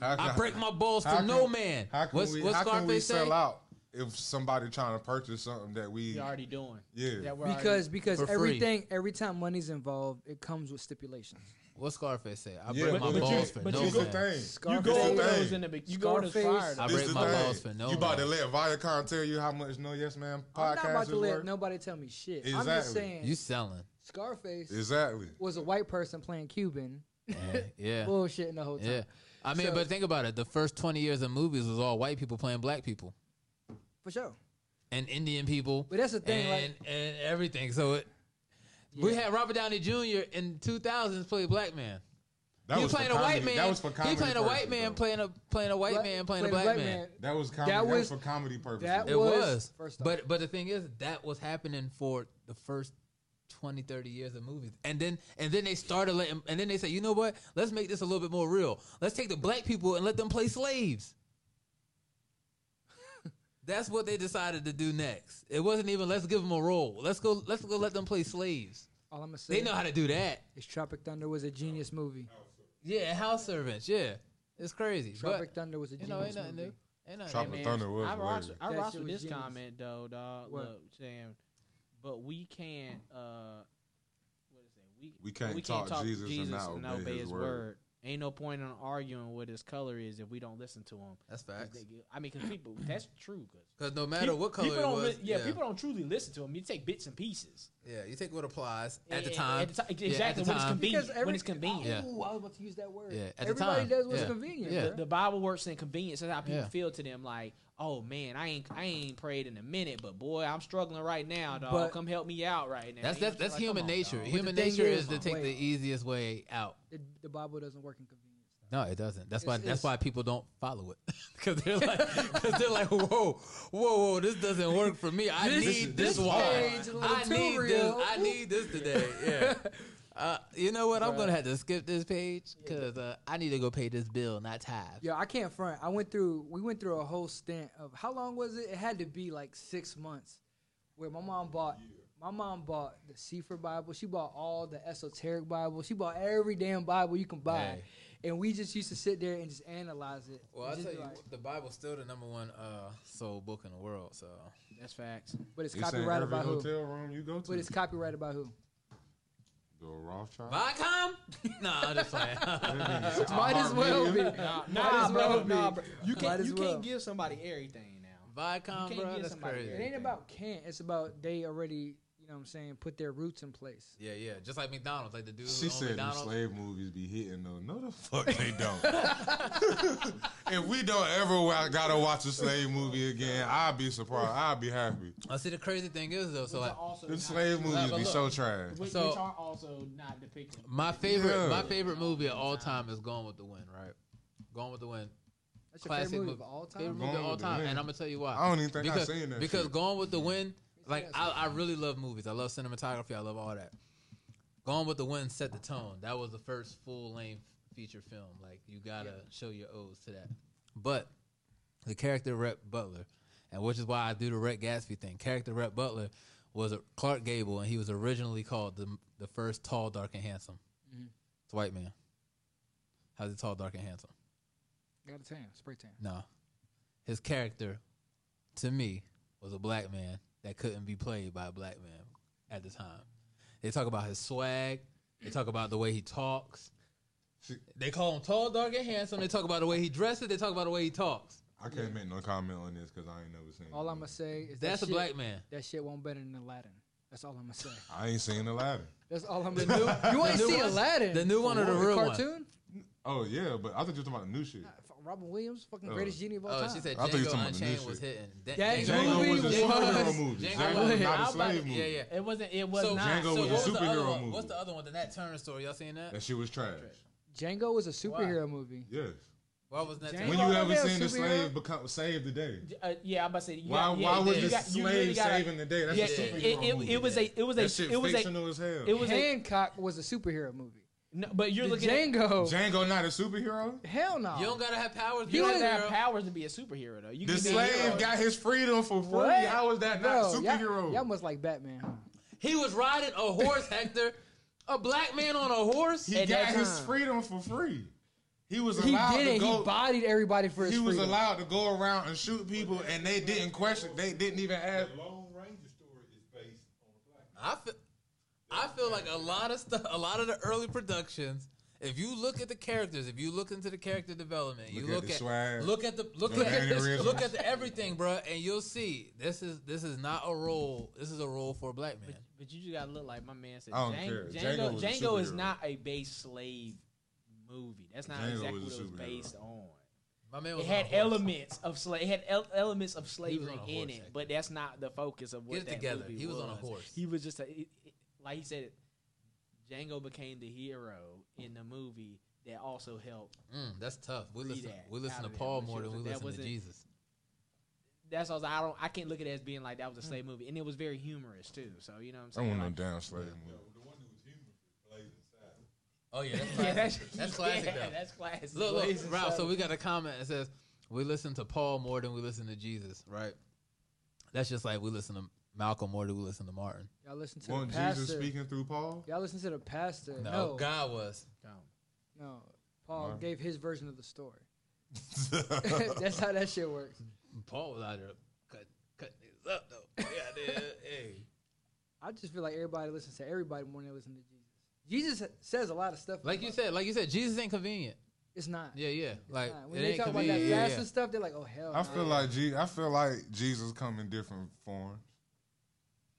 How
I
can-
break my balls
how
to
can-
no man.
How can
what's
we,
what's
how can we
Scarface say?
sell out if somebody trying to purchase something that we?
You're already doing.
Yeah.
That we're already-
Because because
For free.
everything every time money's involved, it comes with stipulations.
What Scarface say? I
Yeah,
break
but-
my
but you-
balls for
but
no
This
you
the
man.
thing.
You
Scarface.
go
This
over
the thing.
those in the you go in the
Scarface.
fire.
I
This
break
the
my
thing.
balls for no
You about to
man.
let Viacom tell you how much No Yes Man
I'm
podcast
not about
is
to let
worth?
nobody tell me shit. I'm just
Exactly.
saying
You
(laughs)
selling?
Scarface
Exactly.
was a white person playing Cuban
Yeah, yeah.
bullshit the whole time.
yeah. I mean,
So-
but think about it. The first twenty years of movies was all white people playing black people
For sure.
and Indian people.
But that's the thing, like-
and, and everything. So it, we
Yeah.
had Robert Downey Jr. in two thousands play black man.
That
he
was
was playing
for
a
comedy.
white man.
That was for comedy.
he playing a white
purposes,
man
though.
playing a playing a white
Black-
man playing a
playing
black, man.
That was comedy.
That
That
was-
was, for comedy purposes.
that
It
was-
was.
first off.
but but the thing is, that was happening for the first 20, 30 years of movies. And then and then they started letting and then they said, you know what? Let's make this a little bit more real. Let's take the black people and let them play slaves. (laughs) That's what they decided to do next. It wasn't even let's give them a role. Let's go let's go let them play slaves.
All I'm gonna say
They know how to do that.
is Tropic Thunder was a genius movie.
Yeah, house servants, yeah. It's crazy.
Tropic
but,
Thunder was a
you know, ain't
genius
nothing
movie.
new. Ain't nothing
Tropic
new.
Man, Thunder was
I rocks,
hilarious.
I
That
rocks
shit
with
was
this
genius.
comment though, dog.
What?
Look, saying, but we can't. Uh, what is it? We,
We can't talk
to
Jesus and not obey his word.
Ain't no point in arguing what his color is if we don't listen to him.
That's
'Cause
facts.
they- I mean, because people that's true. Cause
Because no matter
peop-
what color
people
it
don't
was,
li- yeah, people don't truly listen to him. You take bits and pieces
Yeah, you take what applies at the
And-
time.
at the ti-
Yeah, at the
exactly when it's
time.
convenient.
Because every,
when it's convenient.
Oh,
Yeah.
I was about to use that word.
Yeah, at the
Everybody
time.
does what's
Yeah.
convenient.
Yeah.
bruh.
the Bible works in convenience. That's how people
Yeah.
feel to them. Like, oh man, I ain't I ain't prayed in a minute, but boy, I'm struggling right now, dog.
But-
come help me out right
That's
now. You know
that's
what I'm
that's
saying?
human
Like, come
nature.
on, dog.
Human
the thing
nature
is-
is to take
Wait.
the easiest way out.
The, the Bible doesn't work in convenience.
No, it doesn't. That's why
It's-
that's
it's-
why people don't follow it (laughs) because they're
(laughs)
like because they're like whoa whoa whoa this doesn't work for me. I
This-
need
this
this wine.
page is a little
I
too
need this.
real.
I need this today.
(laughs)
Yeah. Uh, you know what? I'm gonna have to skip this page because uh, I need to go pay this bill, not tithe.
Yo, I can't front. I went through. We went through a whole stint of how long was it? It had to be like six months, where my mom bought. My mom bought the Sefer Bible. She bought all the esoteric Bible. She bought every damn Bible you can buy,
Hey.
and we just used to sit there and just analyze it.
Well,
And
I
just
tell
be
you,
like-
the Bible's still the number one uh, sold book in the world. So
That's
(laughs)
facts.
but it's
It's in every
copyrighted by who?
hotel room you go to.
But it's copyrighted by who?
the Rothschild.
Viacom? (laughs) nah, I'm just (laughs) playing.
Might as well be. Might as well be.
nah, bro. You
Might
can't
as
you
well.
can't give somebody everything now.
Viacom,
You can't
bro.
get
That's
somebody
crazy.
It ain't about can't. It's about they already, you know what I'm saying, put their roots in place.
Yeah, yeah. Just like McDonald's, like the dude who
She
owned
said them
McDonald's.
slave movies be hitting though. No, the fuck they don't. (laughs) if we don't ever wa- gotta watch a slave movie again, I'd be surprised. I'd be happy.
I see. The crazy thing is though, so
Which
like
are also
Them
not-
slave movies be so trash.
which,
So-
which are also not depicted.
my favorite,
Yeah.
my favorite movie of all time is Gone with the Wind, right? Gone with the Wind,
That's your
classic
favorite movie
movie
of all
Favorite
time.
movie of
Gone
all
with the
time,
Wind.
and I'm gonna tell you why.
I don't even think I
because,
seen that
Because
shit.
Gone with the Wind, like I, I really love movies. I love cinematography. I love all that. Gone with the Wind set the tone. That was the first full length feature film. Like you gotta show your O's to that. But the character Rep Butler, and which is why I do the Rhett Gatsby thing. Character Rep Butler was a Clark Gable, and he was originally called the the first tall, dark, and handsome.
Mm-hmm.
It's a white man. How's he tall, dark, and handsome?
Got a tan, spray tan.
No. His character, to me, was a black man that couldn't be played by a black man at the time. They talk about his swag. They talk about the way he talks. They call him tall, dark, and handsome. They talk about the way he dresses. They talk about the way he talks.
I can't make no comment on this because I ain't never seen.
All
it.
I'm gonna say is
That's
that
a
shit,
black man.
That shit won't better than Aladdin. That's all I'm gonna say.
I ain't seen Aladdin.
That's all I'm gonna do. You ain't
new
see
one-
Aladdin.
the new one or the
What,
real one?
cartoon?
Oh yeah, but I thought you were talking about the new shit.
Fuck, Robin Williams, fucking
Oh.
greatest genie of all
Oh,
time.
she said
I thought you were talking
Django
about the new
Unchained was
shit.
hitting. Da-
That
Django was a
Movie was-
superhero movie.
Django
Django was
was-
I'm
not a
about
slave
to-
movie.
Yeah, yeah.
It wasn't. It was
So
not.
Django
so
was a
what was the other
superhero
one?
movie.
What's the other one? The Nat Turner story. Y'all seen that?
That shit was trash.
Django was a superhero movie.
Yes.
Why was Nat
Django-
Turner?
When you
Ain't
ever
no
seen
damn superhero.
a slave become save the day?
Uh, yeah, I'm about to say. You
Why?
got, yeah,
why was
you
this
got- you
slave
really gotta-
saving the day? That's
yeah,
a
it,
superhero
it,
movie.
it was a. It was a.
that shit
It was a.
fictional as hell.
It was a.
Hancock was a superhero movie.
No, but you're
The
looking. at-
Django,
Django not a superhero.
hell no.
You don't gotta have powers.
You
be a
don't have
hero.
powers to be a superhero. though. You
The
can be a
slave
hero.
got his freedom for free.
What?
How is that not
Bro, y'all-
superhero?
Y'all must like Batman. huh?
He was riding a horse, Hector. A black man on a horse.
he
at
got
that
his
time.
freedom for free. He was
He
allowed
did
to
it.
go.
He bodied everybody for his
he was
freedom.
allowed to go around and shoot people, and they didn't question. They didn't even ask.
Lone Ranger story is based on a black man.
I feel, I feel like a lot of stuff, a lot of the early productions If you look at the characters, if you look into the character development, you
Look at
lok
the
at,
swag.
look at the look
Look
at
at the
the,
mannerisms.
look at the everything, bruh, and you'll see this is this is not a role. This is a role for a black man.
But, but you just gotta look like my man said.
I don't
Django,
care. Django
Django,
was a
Django, is
superhero.
not a base slave movie. That's not
Django
exactly
was
what
a
it was
superhero.
based on.
My man
It
was
had
on a horse.
elements of sla- it had el- elements of
on
slavery
a
in
horse,
it,
actually.
but that's not the focus of what
Get it
that
together.
movie
He was on a horse.
He was just a, it- it- like he said. Django became the hero in the movie that also helped.
Mm, that's tough. We
Read
listen.
that
We listen
out
to
of there.
Paul
But
more
you-
than we
that
listen to
wasn't-
Jesus.
That's why I was like, I don't I can't look at it as being like that was a slave movie, and it was very humorous too. So you know what I'm
I
saying?
want no
Like,
down slave movie.
The one who was humorous was Blazing Saddles.
Oh (laughs) yeah, that's
yeah,
classic.
that's,
That's classic,
(laughs) Yeah,
though.
that's classic.
look,
Blazing
look, Ralph. So
Saddles.
we got a comment that says we listen to Paul more than we listen to Jesus, right? That's just like we listen to Malcolm more than we listen to Martin.
Y'all listen to
Wasn't
the pastor.
Jesus speaking through Paul?
Y'all listen to the pastor. No,
No,
no,
God was.
Paul
Wow.
gave his version of the story. (laughs)
(laughs)
That's how that shit works.
Paul was out there cutting cut niggas up
(laughs)
though. Yeah, dude. hey.
I just feel like everybody listens to everybody more than they listen to Jesus. Jesus says a lot of stuff.
Like you
about-
said, like you said, Jesus ain't convenient.
it's not.
Yeah, yeah. Like
Nah,
it
when they
ain't
talk about that
convenient. Yeah,
fast
yeah.
and stuff, they're like, "Oh hell." nah.
I feel like Je- I feel like Jesus come in different forms.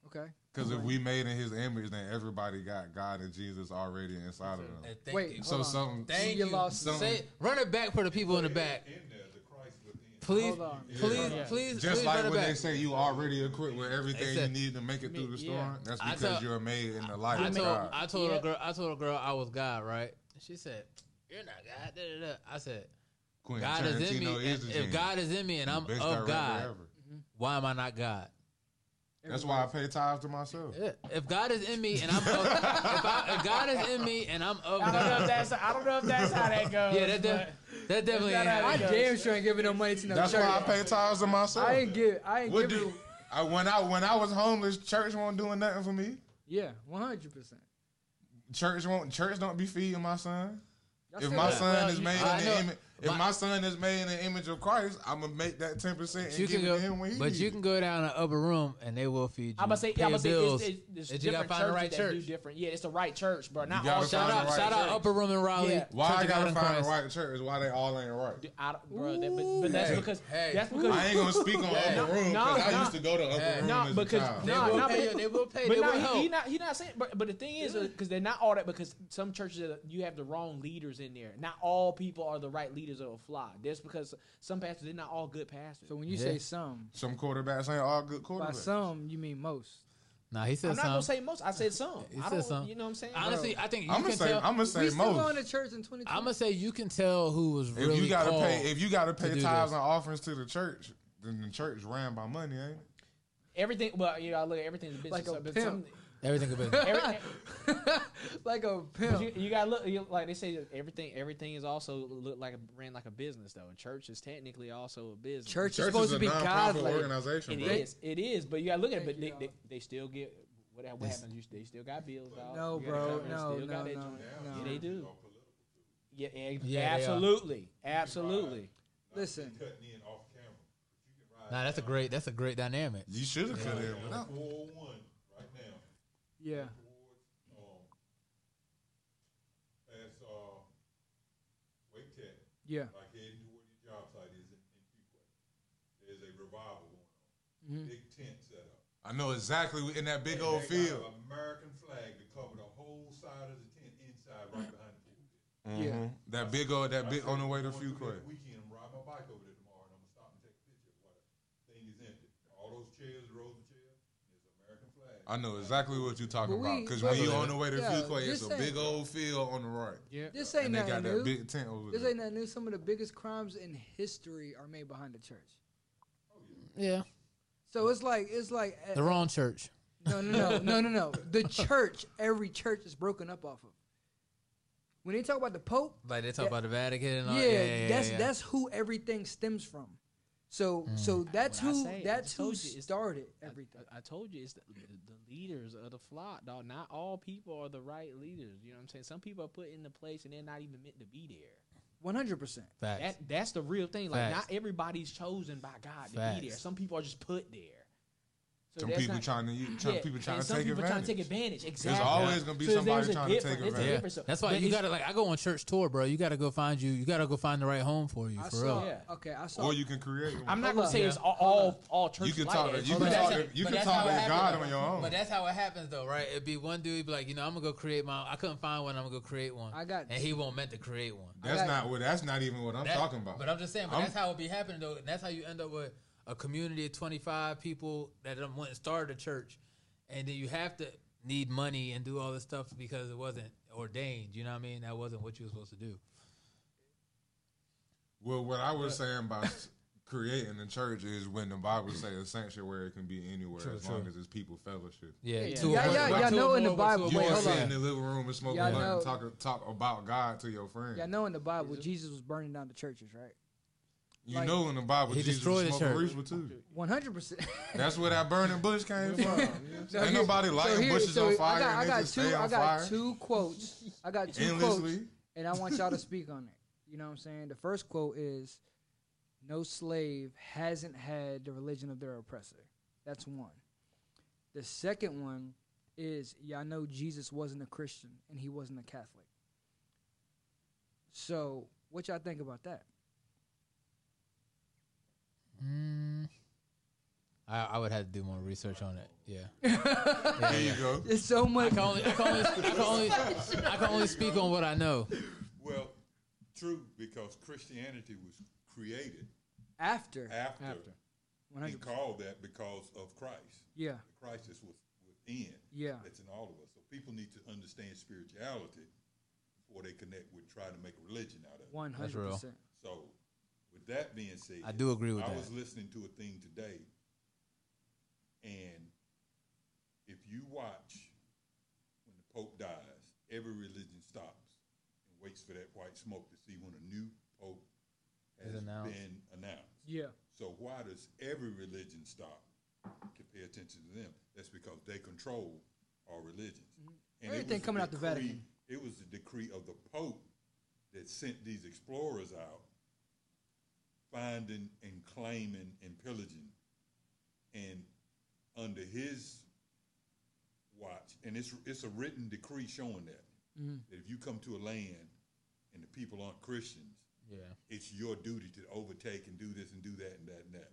okay.
Because if we made in His image, then everybody got God and Jesus already inside of them.
And thank
Wait,
you.
hold
So
on.
something.
Thank
You
you.
lost
me.
Say, it. run it back for the people in the back.
In there, the Christ within.
Please,
Hold on.
please,
Yeah.
please,
Just
please
like
run it
when they
back.
say you already equipped with everything
Except-
you need to make it through the storm,
yeah.
that's
I
because
told-
you're made in the light
I
of
told,
God.
I told
Yeah.
a girl, I told a girl I was God, right? And she said, "You're not God." Da, da, da. I said,
Quentin
"God is in
Tarantino
me. and
is the
if
genius.
God is in me and I'm
Best
of
director
God,
ever.
why am I not God?"
That's why I pay tithes to myself.
Yeah. If God is in me and I'm of, if, I, if God is in me and I'm of
I don't know if
God,
that's I don't know if that's how that goes.
(laughs) yeah, that, def- that definitely
not
ain't
how it
I
happening.
goes.
damn sure ain't giving no money to no
That's
church.
why I pay tithes to myself.
I ain't give. I ain't
What
giving.
do I, when I when I was homeless, church wasn't doing nothing for me.
Yeah, one hundred percent.
Church won't. Church don't be feeding my son. If my son
Well,
is
you-
made
I
in
know.
the image, if
My-
my son is made in the image of Christ, I'm gonna make that ten percent and
You
give
can
it
go,
to him when he
but you
needs
can go down to the upper room and they will feed you.
I'm gonna say,
pay
I'm gonna
your
say,
bills.
it's, it's,
and
it's
you gotta
different
find the
churches
right
that do
church.
different. Yeah, it's the right church, bro. Not
gotta
all
find
Shout
the
out,
right
shout out,
church.
Upper Room in Raleigh.
Yeah.
Why
Church
I
of
gotta
God in
find
Christ.
the right church? Why they all ain't right?
I don't, bro, that, but, but that's
Ooh.
because
Hey.
that's because
I ain't
(laughs)
gonna speak on
Hey.
upper room
Nah,
because I
nah.
used to go to upper
Hey.
room
Nah,
as
because-
a child.
They
nah,
will
nah,
pay.
but-
you- They will pay.
But
They
no,
will
he, he
help.
not he not saying. But, but the thing is, because they're not all that. Because some churches uh, you have the wrong leaders in there. Not all people are the right leaders of a flock. That's because some pastors they're not all good pastors.
So when you
Yeah.
say some,
Some quarterbacks ain't all good
by
quarterbacks.
some you mean most.
Nah, he
I'm
said
not gonna
something.
say most. I said some.
He
I
said
don't.
some.
You know what I'm saying?
Honestly, I think you
I'm
can
gonna say,
tell.
I'm gonna
we
say
still going to
most.
church in 2020. (laughs)
I'm gonna say you can tell who was
If
really
you gotta
called.
pay, if you gotta
do
pay
this.
tithes and offerings to the church, then the church ran by money, ain't it?
everything. Well, you know, I look at everything's business.
Like a
so- but
pimp.
some-
Everything
(laughs)
about
every-
like a
But
pimp.
you, you gotta look you, like they say that everything everything is also look like a, ran like a business though. Church is technically also a business.
church,
Church
is supposed
is
to
a
be God's.
non-profit
Like,
organization,
It
bro.
is. It is. But you gotta look at it.
Thank
But
you,
they, they,
dog.
they still get what, what happens. You, they still got bills. Dog.
No,
You gotta
bro.
cover it,
No,
still
no,
got that
no,
joint.
no.
Yeah, they do.
Or political.
Yeah, eh,
Yeah, they are.
absolutely, absolutely.
Listen,
Cutting in off camera. But you can ride
Nah, that's a great. That's a great dynamic.
You should have cut it.
down
without-
401 right now
yeah.
towards, um, as, uh, Wake Tech,
Yeah.
like heading toward your job site is in, in Fuquay. There's a revival going on. Big tent set up.
I know exactly we in that big
And
old
they got
field.
an American flag to cover the whole side of the tent inside right behind the pulpit.
Mhm. That big old, that big on the way to Fuquay.
Weekend, I'm riding my bike over there tomorrow, and I'm gonna stop and take a picture of what the thing is empty. All those chairs, rows of chairs, there's American flag.
I know exactly what you're talking
But we-
about because
but-
when you on the way to
Yeah,
Fuquay, it's
this
a
ain't-
big old field on the right,
This ain't
and they
nothing
got that
new.
big tent over
This
there.
ain't nothing new. Some of the biggest crimes in history are made behind the church.
Yeah,
So it's like it's like uh,
the wrong church.
No, no, no, no, no, no. The church, every church is broken up off of. When they talk about the Pope,
Like they talk
Yeah.
about the Vatican and all.
yeah,
Yeah, yeah, yeah
that's
yeah.
that's who everything stems from. So, so that's
When I
who
say it, I
that's
just
who
told you, it's-
started
I-
everything.
I, I told you it's the, the the leaders of the flock, dog. Not all people are the right leaders. You know what I'm saying? Some people are put in the place and they're not even meant to be there.
One hundred percent.
Facts.
That that's the real thing. Like
Facts.
not everybody's chosen by God to be there.
Facts.
Some people are just put there.
to people trying to you, trying, people trying
and
to
some
take
people
advantage.
trying to take advantage. Exactly.
always gonna be
there's-
somebody
there's a
trying to take
difference. It's a
advantage.
difference. So-
That's why
but
you
it's-
gotta like I go on church tour, bro. You gotta go find you. You gotta go find the right home for you,
I
for
saw.
real.
Yeah.
Okay, I saw.
or you can create. One.
I'm
Hold
not gonna
up.
say it's all all, all church.
you can
like
talk.
that.
To, you
But
can
that's
talk.
how-
To, you
but
can
that's
talk
how it
to God
happens,
on your own.
But that's how it happens, though, right? It'd be one dude be like, you know, I'm gonna go create my. I couldn't find one. I'm gonna go create one.
I got-
and he won't meant to create one.
That's
I got-
not what. That's not even what I'm
That-
talking about.
But I'm just saying, but
I'm-
that's how it be happening though. And that's how you end up with a community of 25 people that done went and started a church, and then you have to need money and do all this stuff because it wasn't ordained. You know what I mean? That wasn't what you were supposed to do.
well, what I was saying about creating the church is when the Bible says a sanctuary can be anywhere as long as it's people fellowship.
Yeah,
Yeah.
two or
Yeah,
more-
yeah,
two
yeah,
or
no, in the
more with two
Bible-
or
You
wait,
more
hold
want to sit
on.
in the living room and smoke
Y'all
a blunt and
know-
talk talk about God to your friend.
Yeah, I know in the Bible Jesus was burning down the churches, right?
you
like-
know, in the Bible,
He
Jesus
destroyed the
smoked
church.
reefer too.
One hundred percent. (laughs)
That's where that burning bush came from. Ain't
here-
nobody lighting
here-
bushes on
I
fire
got,
and
I
they
got
just
two.
stay on
I got
fire.
two quotes. I got two
endlessly.
quotes, and I want
(laughs)
y'all to speak on it. You know what I'm saying? The first quote is, "No slave hasn't had the religion of their oppressor." That's one. The second one is, "Y'all know Jesus wasn't a Christian and he wasn't a Catholic." So, what y'all think about that?
Mm, I, I would have to do more research on it. Yeah.
There you go.
It's so
I
much.
can only, I can only, I can only, I can only speak on what I know.
Well, true, because Christianity was created
After
after,
After.
he
100.
called that because of Christ.
Yeah,
The crisis was within.
Yeah.
That's in all of us. So people need to understand spirituality before they connect with trying to make a religion out of it.
100. percent
So, with that being said,
I do agree with
I
that.
was listening to a thing today, and if you watch when the Pope dies, every religion stops and waits for that white smoke to see when a new Pope
Is
has
announced.
been announced.
Yeah,
So why does every religion stop to pay attention to them? That's because they control all religions. And it
Mm-hmm. Everything
was a
coming out the
decree-
Vatican.
It was the decree of the Pope that sent these explorers out, finding and claiming and pillaging. And under his watch, and it's it's a written decree showing that
Mm-hmm.
that if you come to a land and the people aren't Christians,
Yeah.
it's your duty to overtake and do this and do that and that and that.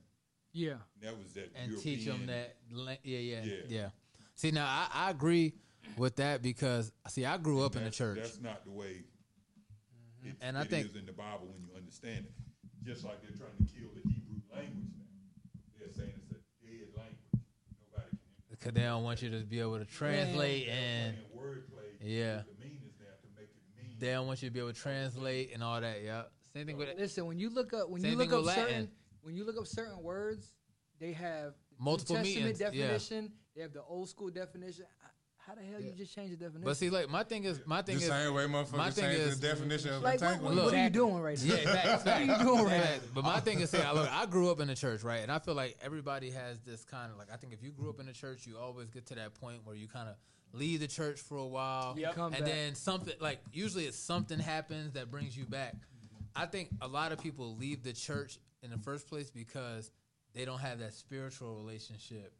yeah.
And that was that
and
European,
teach them that. la- Yeah, yeah, yeah.
Yeah.
See, now I, I agree with that because see, I grew up in the
that's-
church.
That's not the way.
Mm-hmm.
It,
And I
it
think-
is in the Bible when you understand it. Just like they're trying to kill the Hebrew language now. They're saying it's a dead language. Nobody can
Because they don't want you to be able to translate, and
understand wordplay.
Yeah.
with The meanings now to make it mean.
they don't want you to be able to translate and all that. Yeah. Same thing with it.
Listen, when you look up when you
Same
look
thing
up
with
certain
Latin.
when you look up certain words, they have the New
Multiple
Testament
meanings, yeah.
definition. They have the old school definition. H- How the hell you just change the definition?
But see, like my thing is, my thing
The
is, (laughs)
same way
my
motherfuckers
thing
changed
is-
the definition of
like what, what,
entanglement.
Look.
what are you doing right now?
Yeah, facts,
(laughs)
facts.
What are you doing right
Facts. But my thing is, see, I, look, I grew up in the church, right? And I feel like everybody has this kind of like, I think if you grew up in the church, you always get to that point where you kind of leave the church for a while.
Yep. Come back.
And then something, like, usually it's something happens that brings you back. I think a lot of people leave the church in the first place because they don't have that spiritual relationship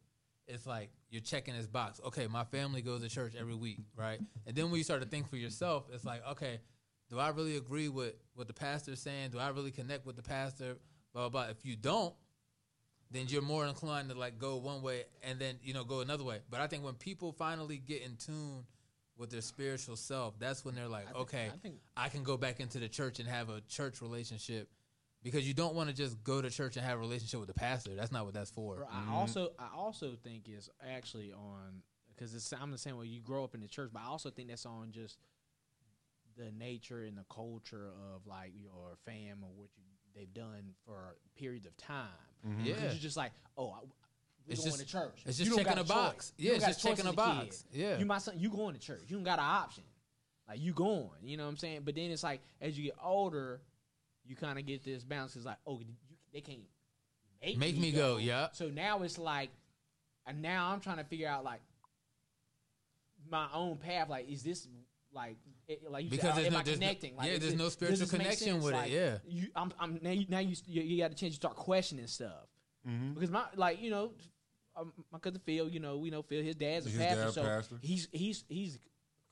it's like you're checking this box. Okay, my family goes to church every week, right? And then when you start to think for yourself, it's like, okay, do I really agree with what the pastor's saying? Do I really connect with the pastor? Blah blah. blah. If you don't, then you're more inclined to like go one way and then you know go another way. But I think when people finally get in tune with their spiritual self, that's when they're like, okay, I,
think-
can go back into the church and have a church relationship. Because you don't want to just go to church and have a relationship with the pastor. That's not what that's for.
Bro, I also I also think is actually on because it's I'm the same way you grow up in the church, but I also think that's on just the nature and the culture of like your fam or what you, they've done for periods of time. 'Cause
Mm-hmm. Yeah.
you're just like oh. I, we
It's
going
just-
to church.
it's just
You don't
checking
got
a box.
choice. You
Yeah,
don't
it's
got
just
choice
checking
as
a
kid.
box. Yeah.
you my son, you going to church. You don't got an option. Like you going, you know what I'm saying? But then it's like as you get older, you kind of get this balance. It's like, oh, you, they can't make,
Make me go, yeah.
So now it's like, and now I'm trying to figure out like my own path. Like, is this like, it, like you
Because
said,
there's
am
no-
I
there's no-
connecting? like,
yeah,
is
there's
it-
no
does
spiritual
this make
connection
sense?
with it,
Like,
yeah.
you,
Mm-hmm.
I'm, I'm now you now you you, you got a chance. You start questioning stuff because my like you know um, my cousin Phil, you know, we know Phil. His dad's a
His
pastor,
dad
so
pastor.
he's he's he's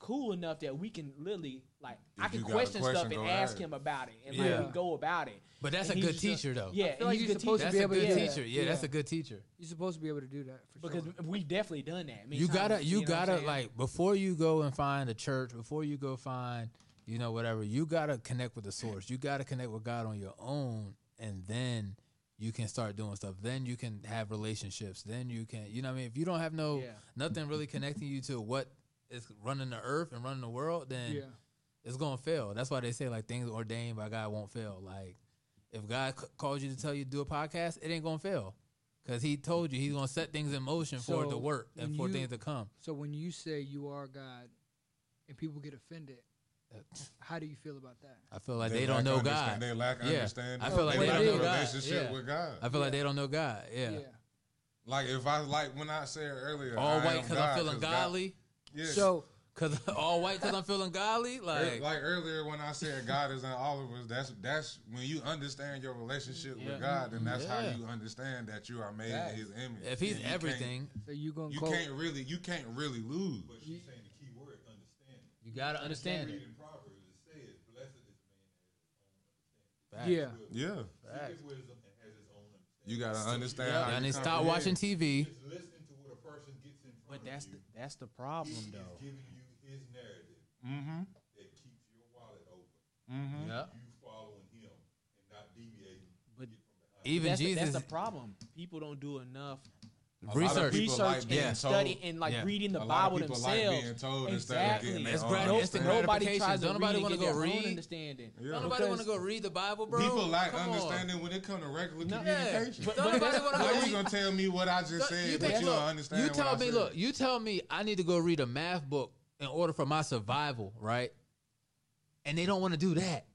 cool enough that we can literally like I
If
can
you got a
question,
question,
stuff and
go
ask
ask.
him about it, and
Yeah.
like we go about it.
But that's
And
a
he's
good
just a-
teacher, though.
Yeah,
feel
and
like
he's
you're
a good
supposed to
teacher.
that's
be
a
able to
good
do that.
teacher. Yeah, that's a good teacher.
You're supposed to be able to do that for
because
sure.
we've definitely done that. many
You gotta,
times,
you,
know what I'm
gotta
saying?
like before you go and find a church, before you go find, you know, whatever. You gotta connect with the source. You gotta connect with God on your own, and then you can start doing stuff. Then you can have relationships. Then you can, you know, what I mean, if you don't have no
Yeah.
nothing really connecting you to what is running the earth and running the world, then
Yeah,
it's gonna fail. That's why they say like things ordained by God won't fail. Like if God c- calls you to tell you to do a podcast, it ain't gonna fail because He told you He's gonna set things in motion for it to
So,
work and
when
for
you-
things to come.
So when you say you are God, and people get offended, how do you feel about that?
I feel like they, don't
lack
know God.
understand- They lack
Yeah.
understanding.
I feel
like
they
they
lack
don't
a
know
God.
relationship
Yeah.
with God.
I feel like they don't know God. Yeah,
Like if I like when I said earlier,
all
I
white
am
because
God,
I'm feeling
'cause God-
godly.
Yeah.
So
Because (laughs) all white because I'm feeling godly.
Er-
Like,
like earlier when I said God is in all of us, that's that's when you understand your relationship with God, and that's
Yeah.
how you understand that you are made in His image.
if He's
And you can't-
everything,
so you gonna
you
quote?
can't really you can't really lose.
But she's saying the key word, understanding.
you gotta understand
Read
it.
in Proverbs, it says, blessed is the man
Facts.
yeah,
Yeah,
that seeketh wisdom and has his own understanding.
you gotta understand.
Yeah,
how
and
you
they stop
comprehend.
watching TV.
It's listening to what a person gets in
but
front of
that's the,
you.
that's the
he
problem
is
though. Mm-hmm.
giving you his narrative
Mhm.
that keeps your wallet open.
Mm-hmm.
Yeah.
You following him and not deviating.
But
Even
that's, the,
Jesus
that's the problem. People don't do enough
lot of
research.
people
research
like
and
being
study
told-
and like
Yeah.
reading the
A lot of
Bible
people like
themselves.
being told instead of
exactly.
getting their
It's
own
grati- it's the
understanding.
nobody
gratification.
tries to
Don't nobody
read and
wanna
get their
go
own
read.
understanding.
Yeah.
Don't nobody want to
Because-
go read the Bible, bro.
People like
Come on.
understanding when it comes to regular
Yeah,
communication.
don't nobody want to
How
go
you
read.
gonna tell me what I just
Look,
said,
you
but
think-
you
look,
don't understand?
you
what
tell
I
me,
said?
look, you tell me I need to go read a math book in order for my survival, right? And they don't want to do that.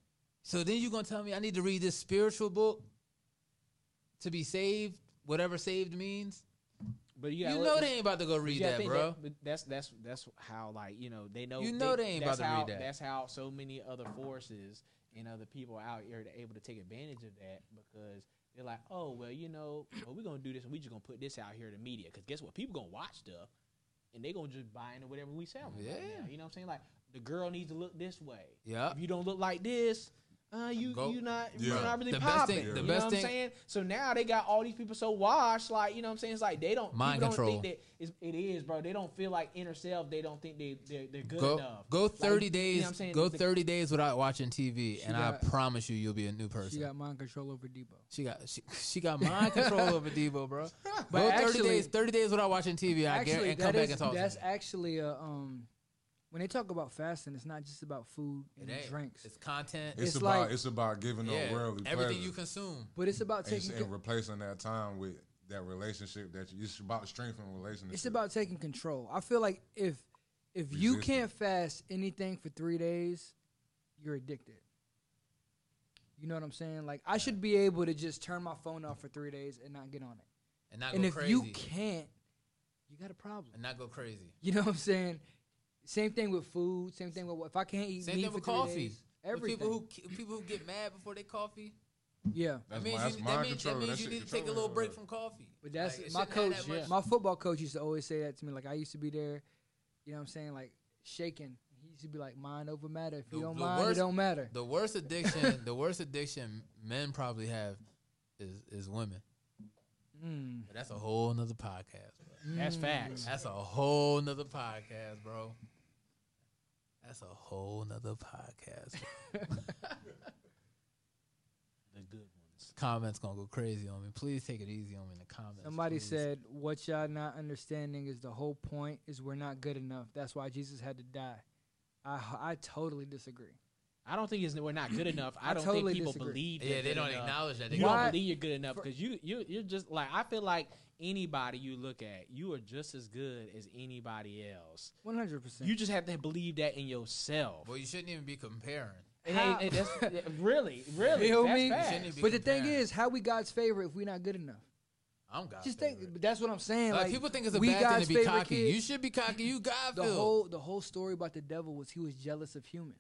So then you're gonna tell me I need to read this spiritual book to be saved, whatever saved means.
But you, gotta
you
let-
know they ain't about to go read
Yeah, I
that,
think
bro.
but that's that's that's how like you know they know
You know they ain't about
that's
to read
how-
that.
That's how so many other forces and other people out here are able to take advantage of that because they're like, oh well, you know, well, we're gonna do this and we just gonna put this out here to media because guess what? People gonna watch stuff and they gonna just buy into whatever we sell. Yeah,
Yeah.
you know what I'm saying? Like the girl needs to look this way.
Yeah.
if you don't look like this. Uh, you
Uh, Go-
you not
Yeah.
you're not really
The best
popping.
thing- the
you
best
know what
thing-
I'm saying? So now they got all these people so washed, like you know what I'm saying? It's like they don't
Mind
people
control.
Don't think that it's, it is, bro. They don't feel like inner self. They don't think they they're, they're good
Go,
enough.
go
Like,
thirty
you know
days.
what I'm saying?
go
The-
thirty days without watching TV, and
got-
I promise you, you'll be a new person.
she got mind control over Debo.
She got she, (laughs) she got mind
(laughs)
control over Devo, bro. But
But
thirty
actually-
days, thirty days without watching TV, I guarantee,
Actually,
and come
that
back
is
and talk.
that's
to me.
actually a, um, when they talk about fasting, it's not just about food and
It ain't.
drinks,
It's content.
it's,
it's
about
like-
it's about giving
yeah,
up worldly
everything
pleasure.
you consume.
but it's about
and,
taking.
and
con-
replacing that time with that relationship that you, it's about strengthening relationship.
It's about taking control. I feel like if if you
Resistance.
can't fast anything for three days, you're addicted. You know what I'm saying? Like I should be able to just turn my phone off for three days and not get on it.
And not
And
go
if
crazy.
you can't, you got a
(laughs)
problem.
and not go crazy.
You know what I'm saying? Same thing with food. Same thing with if I can't eat
Same
meat
thing
for
with
three
coffee.
days.
With
Everything.
people who ki- people who get mad before they coffee.
yeah,
That's
that means
my- that's
you,
mind
that means, that
control.
means
That
you
shit
need to take a
control
little
me,
break
bro.
from coffee.
but that's
Like, it
my
shouldn't have
coach.
that much-
My football coach used to always say that to me. Like I used to be there. You know what I'm saying? Like shaking. He used to be like, "Mind over matter. If you
The-
don't
the
mind,
worst-
it don't matter."
The worst addiction, (laughs) the worst addiction men probably have is is women.
Mm.
But that's a whole nother podcast. Bro.
That's facts.
That's a whole nother podcast, bro. That's a whole nother podcast. bro.
(laughs) The good ones.
Comments gonna go crazy on me. Please take it easy on me in the comments.
Somebody
please.
said, "What y'all not understanding is the whole point is we're not good enough. That's why Jesus had to die." I I totally disagree.
I don't think it's, we're not good enough. I,
I
don't
totally
think people
disagree.
believe.
Yeah,
they're
they
good
don't
enough.
acknowledge that. They
You
Why-
don't believe you're good enough
for-
because you you you're just like I feel like anybody you look at, you are just as good as anybody else.
One hundred percent.
You just have to believe that in yourself.
Well, you shouldn't even be comparing.
It ain't- it- that's- (laughs) really, really,
Feel
that's
me?
facts.
Shouldn't it be
But the thing
comparing.
is, how we God's favorite if we're not good enough?
I'm God.
Just think.
favorite.
but That's what I'm saying.
like,
Like,
people think it's a
we
bad thing
God's
to be
favorite
cocky.
kids-
You should be cocky. You God
the
filled.
whole the whole story about the devil was he was jealous of humans.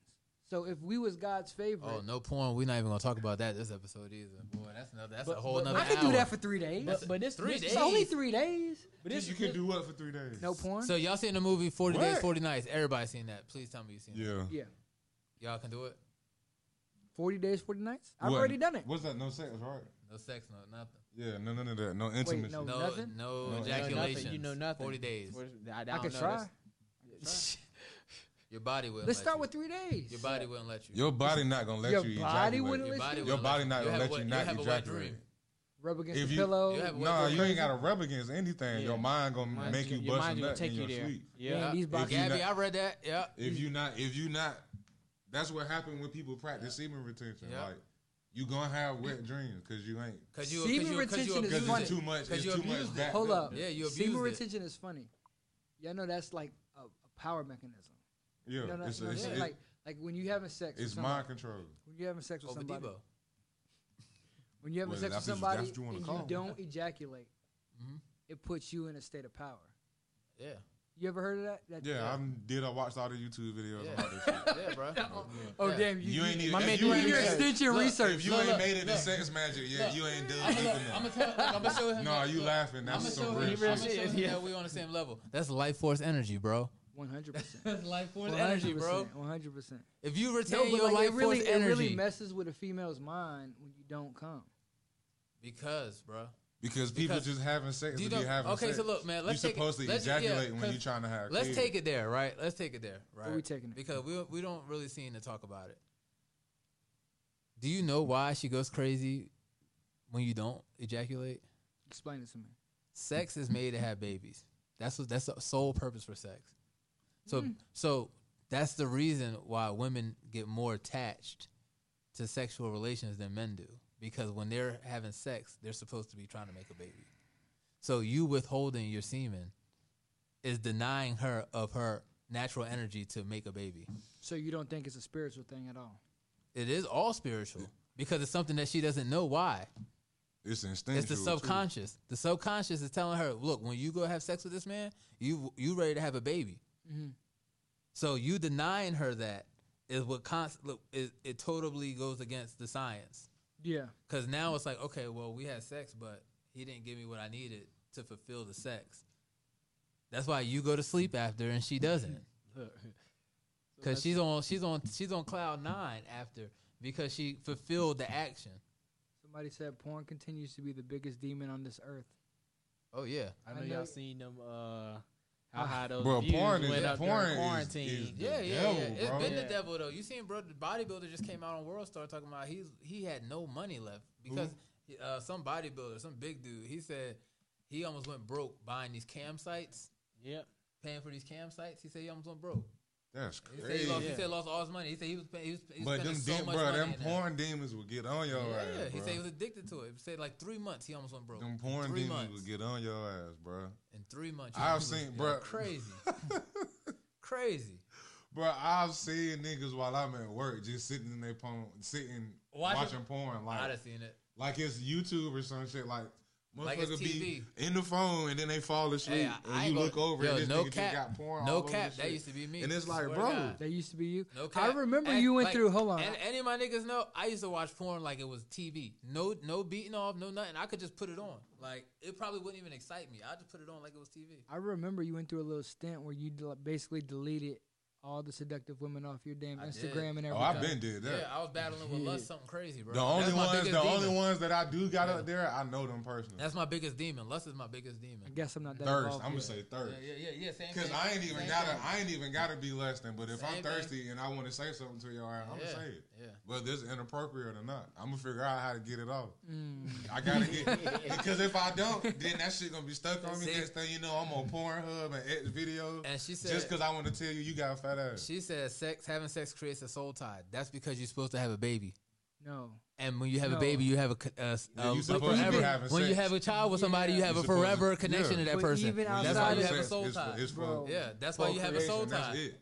So if we was God's favorite,
Oh, no porn. We're not even gonna talk about that this episode either. Boy, that's another. That's a
But-
whole
but-
nother.
I could
hour.
do that for three days.
But, but this
Three
this-
days?
it's only three days.
But this
you
(laughs)
can do what for three days?
No porn.
So y'all seen the movie Forty Days,
Word.
Forty Nights? Everybody seen that? Please tell me you seen it.
Yeah.
yeah,
Y'all can do it.
forty days, forty nights. I've
What?
already done it.
What's that? No sex, right?
No sex, no nothing.
Yeah, no, none of that. No intimacy.
no.
No,
Nothing?
no,
No, you know nothing.
ejaculation.
You know nothing.
Forty days.
I,
I,
don't
can
know.
try.
(laughs)
That's-
Your body will.
Let's
let
start
you.
with three days.
Your body wouldn't let you.
Your body not gonna let
Your
you.
body
ejaculate.
wouldn't let
Your
wouldn't
body
you.
not
You'll have
gonna
a
let
wet-
you
you'll
not
have a wet
ejaculate.
dream.
rub against
If
the
you-
pillow.
you have
No,
Wet dream.
you ain't gotta rub against anything.
Yeah.
Your mind gonna
Mine's
make you
gonna- your
bust a
mind's gonna
nut
take
in
you
your
there.
sleep.
Man,
Yeah.
these
you
boxes.
Gabby,
not-
I read that. Yeah.
If you not, if you not, that's what happened when people practice semen retention.
Yeah.
Like you gonna have wet dreams because you ain't
Cause you,
Semen
cause you, cause you
retention is
abused
because
funny.
it's too much.
'Cause
It's
you
too
abused
much.
it.
Back
Hold up.
Yeah, you abused
Semen
it.
retention is funny. Y'all know that's like a, a power mechanism.
Yeah,
You know,
it's,
that's,
it's, it's,
like like when you having sex. with
it's
somebody-
mind control.
When you having sex with
Over
somebody.
Debo.
When you having
Well,
sex with
that's what-
somebody
that's what you wanna
and
call Mm-hmm.
you
it.
don't ejaculate,
Mhm.
it puts you in a state of power.
Yeah.
You ever heard of that? that
Yeah, I did. I watched all the YouTube videos
Yeah.
about this
(laughs)
shit.
Yeah, bro.
Oh
Yeah.
damn! You,
You ain't even.
my
if
man,
you
you
ain't
did your
made it-
extension
look,
research.
If you
Look,
ain't
look,
made it to
look.
sex magic yet,
Look.
you ain't done
I'm
deep
gonna, I'm
enough.
gonna tell, look, I'm gonna show him.
(laughs) No,
that-
you
look,
laughing.
I'm
That's
gonna
some
show
real
him. I'm gonna
shit.
show him that we on the same level. That's life force energy, bro.
One hundred
(laughs)
percent.
That's life force
One
energy,
hundred
bro.
percent. One hundred percent.
If you
No,
retain
but
your
like,
life
it really,
force
it really
energy,
messes with a female's mind when you don't come.
because, bro.
Because people
Because-
just having sex
Do
to
you
be
know-
having
okay,
sex.
so look, man, let's
you
take it-
supposed to
let's- yeah,
ejaculate when
cause-
you're trying to have
Let's
kids.
take it there, right? Let's take it there, right?
we taking it?
Because we we don't really seem to talk about it. Do you know why she goes crazy when you don't ejaculate?
Explain it to me.
Sex is made to have babies. That's what that's the sole purpose for sex. So so that's the reason why women get more attached to sexual relations than men do because when they're having sex, they're supposed to be trying to make a baby. So you withholding your semen is denying her of her natural energy to make a baby.
So you don't think it's a spiritual thing at all?
It is all spiritual because it's something that she doesn't know why.
It's instinctual.
It's the
too.
subconscious. The subconscious is telling her, "Look, when you go have sex with this man, you you ready to have a baby." So you denying her that is what const- look, it, it totally goes against the science
Yeah.
because now it's like, okay, well, we had sex, but he didn't give me what I needed to fulfill the sex. That's why you go to sleep after and she doesn't, because she's on she's on she's on cloud nine after because she fulfilled the action.
Somebody said porn continues to be the biggest demon on this earth.
Oh yeah,
(laughs) I
I
know
know-
y'all seen them. Uh, how high those
Bro,
views
porn is-
went up
porn
during
is-
quarantine.
is-
Yeah,
The
yeah,
devil,
yeah. It's
bro.
been
Yeah.
the devil though. You seen, bro? The bodybuilder just came out on World Star talking about he's he had no money left because uh, some bodybuilder, some big dude, he said he almost went broke buying these cam sites,
Yep.
paying for these cam sites. He said he almost went broke.
That's
He said he
crazy.
lost. He
Yeah.
said he lost all his money. He said he was. Pay, he was, he was
But
spending
them,
so
dem-
much
bro,
money.
them
in that.
porn demons will get on your
Yeah,
ass.
he
bro.
said he was addicted to it. He said like three months he almost went broke.
them porn
three
demons
months.
will get on your ass, bro.
in three months.
I've
he
seen-
yeah,
bro. (laughs)
crazy, crazy.
Bro, I've seen niggas while I'm at work just sitting in their phone, sitting
Watching-
watching porn,
I'd
like
have seen it.
like it's YouTube or some shit, like.
Like
motherfucker
it's
be
TV.
in the phone and then they fall asleep
Hey, I- Oh, I
and
ain't
you
gonna-
look over
yo,
and this
no
nigga
cap.
just got porn
No
all over
cap.
the
That
shit.
used to be me.
and it's
Swear
like
to
bro
God.
That used to be you.
No cap.
I remember
Act
you went
like-
through. Hold on.
And any of my niggas know I used to watch porn like it was TV. No, no beating off, no nothing. I could just put it on. Like it probably wouldn't even excite me. I just put it on like it was TV.
I remember you went through a little stint where you del- basically deleted all the seductive women off your damn
I did.
Instagram and everything.
oh i've been did
Yeah,
that
I was battling with lust, something crazy, bro.
the only
That's my
ones the
biggest demon.
only ones that i do got up there i know them personally
That's my biggest demon. Lust is my biggest demon.
I guess I'm not that
thirst
involved
i'm gonna
yet.
say
Yeah,
thirst
yeah, yeah, yeah. Same
Cause
thing.
I ain't even
Same
gotta,
thing.
I ain't even gotta be less than. But if
Same
I'm
thing.
thirsty and I want to say something to y'all, I'm
Yeah,
gonna say it.
yeah.
Whether it's inappropriate or not, I'm gonna figure out how to get it off.
Mm.
I
(laughs)
gotta get because if I don't, then that shit gonna be stuck on me.
See?
Next thing you know, I'm on Pornhub and X video.
And she said-
just because I want to tell you, you got a fat ass.
She said, "Sex, having sex creates a soul tie. That's because you're supposed to have a baby."
No.
And when you have
No.
a baby, you have a, c- uh, s-
Yeah, you
um, a
supposed
to be
forever.
having
When you
sex.
have a child with somebody, you
Yeah.
have
You
a
supposed to-
forever connection
yeah.
to that
But
person.
even
When
that's why
outside of-
you
have
have a
sex,
soul
it's for-
tie.
it's for-
Bro.
yeah, that's why you have a soul
procreation, that's
tie.
it.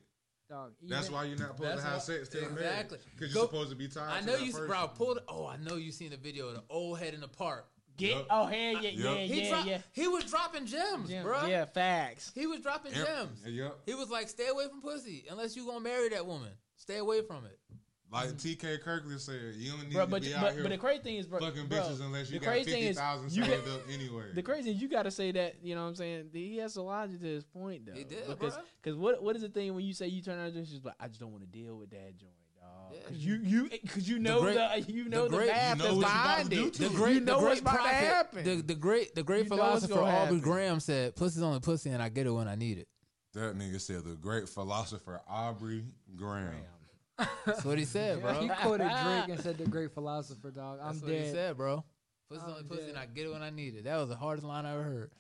Dog, even,
That's why you're not supposed
That's
to have
why-
sex till married.
exactly.
Because
Go-
you're supposed to be tied.
I
to
know
that
you,
person.
bro. Pulled. Oh, I know you seen the video of the old head in the park.
Get
Yup.
oh hell yeah yeah
Yup.
He
yeah
dropped.
yeah.
He was dropping gems,
Gems,
bro.
Yeah, facts.
He was dropping
Yep.
gems.
Yep.
He was like, "Stay away from pussy unless you gonna marry that woman." Stay away from it. Mm-hmm.
Like TK Kirkland said, you don't need
Bro,
to
but,
be out
but,
here
but the crazy thing is, bro,
fucking
bro,
bitches unless you
the
got
crazy thing
fifty
is
thousand
you
saved
got-
up anyway.
The crazy is you got to say that, you know what I'm saying? E He has a logic to his point, though.
He did,
because
bruh.
cause what, what is the thing when you say you turn out just like, I just don't want to deal with that joint, dog.
Yeah.
Cause you, you, cause you know the,
great-
you know the,
great-
math that's
you know what you about
behind
to do
it.
to
The
You
great,
know
the great
what's about to
prophet-
happen.
The, the great, the great
You know what's
philosopher
gonna
Aubrey
happen.
Graham said, "Pussy's only pussy, and I get it when I need it."
That nigga said the great philosopher Aubrey Graham.
That's what he
(laughs)
said, bro. (laughs)
He quoted Drake and said the great philosopher, dog. I'm
That's what he
dead.
said, bro. Pussy's
I'm
only pussy, and
dead.
I get it when I need it. That was the hardest line I ever heard.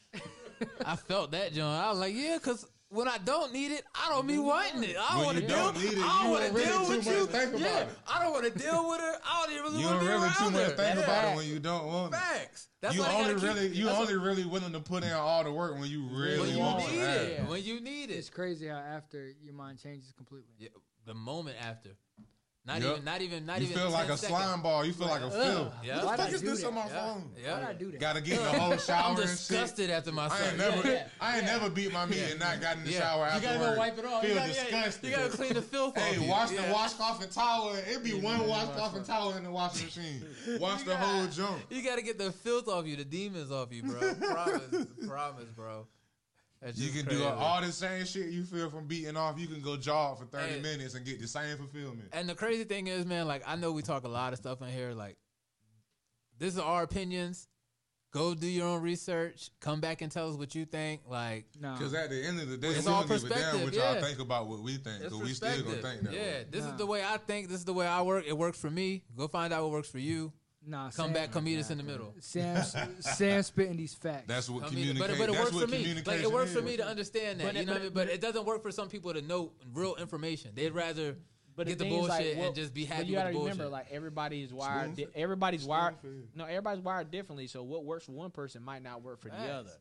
I felt that, John. I was like, yeah, because when I don't need it, I don't be wanting it. I don't
When
want to
you
deal.
don't need
I
it, you
don't want
don't
to
really
deal
too
with
much
you.
think about
yeah,
it.
I don't want to deal with her. I don't even really
You
want to
don't
be
really
around
too much
her.
think about
Facts.
it when you don't want it.
Facts. That's
you
why they
only
gotta keep-
really you
that's
only really willing to put in all the work when you
why-
really
when
want
you
to
need
have
it.
it.
When you need
It's
it.
crazy how after your mind changes completely.
Yeah, the moment after. Not
Yup.
even. Not even. Not
You
even.
feel
10
like a
seconds.
slime ball. You feel like a film.
Yeah.
What
Why'd
the
I
fuck is
do
this
that?
on my
Yeah.
phone?
Why'd I
Yeah.
do that?
Gotta get in
(laughs)
the whole shower
I'm
and shit.
disgusted after myself.
I ain't never,
Yeah.
I ain't never beat my meat and not got in the
Yeah.
shower
You
afterwards.
gotta go wipe it off.
Feel
You gotta, yeah,
disgusted.
You gotta clean the filth off.
Hey,
you.
wash
yeah.
the washcloth and towel. It'd be one washcloth and towel in the washing machine.
(laughs)
Wash the whole junk.
You gotta get the filth off you, the demons off you,
(laughs)
bro. promise, promise, bro. That's
You
just
can
crazy.
do all the same shit you feel from beating off. You can go jog for 30
Hey.
minutes and get the same fulfillment.
And the crazy thing is, man, like I know we talk a lot of stuff in here. Like, this is our opinions. Go do your own research. Come back and tell us what you think. Like,
No.
Because at the end of the day,
um, It's
we
all
don't give a damn
perspective,
what
yeah.
y'all think about what we think.
it's
Because we still gonna
perspective.
think that.
yeah,
way.
this
Nah.
is the way I think. This is the way I work. It works for me. Go find out what works for you.
Nah,
Come
Sam,
back. Come meet us in the middle.
Sam, Sam spitting these facts.
That's what
I mean,
communication.
but, but it
that's
works
what
for me. Like
communication
it works for
is.
me to understand that.
But
you
it-
know
but
what I mean?
it-
But it doesn't work for some people to know real information. They'd rather
But
get the
thing is,
bullshit
like, what-
and just be
but
happy
you
with
gotta
the bullshit.
remember, like everybody is wired.
Spoon
Di- everybody's wired.
fed.
No, everybody's wired differently. So what works for one person might not work for
Facts.
the other.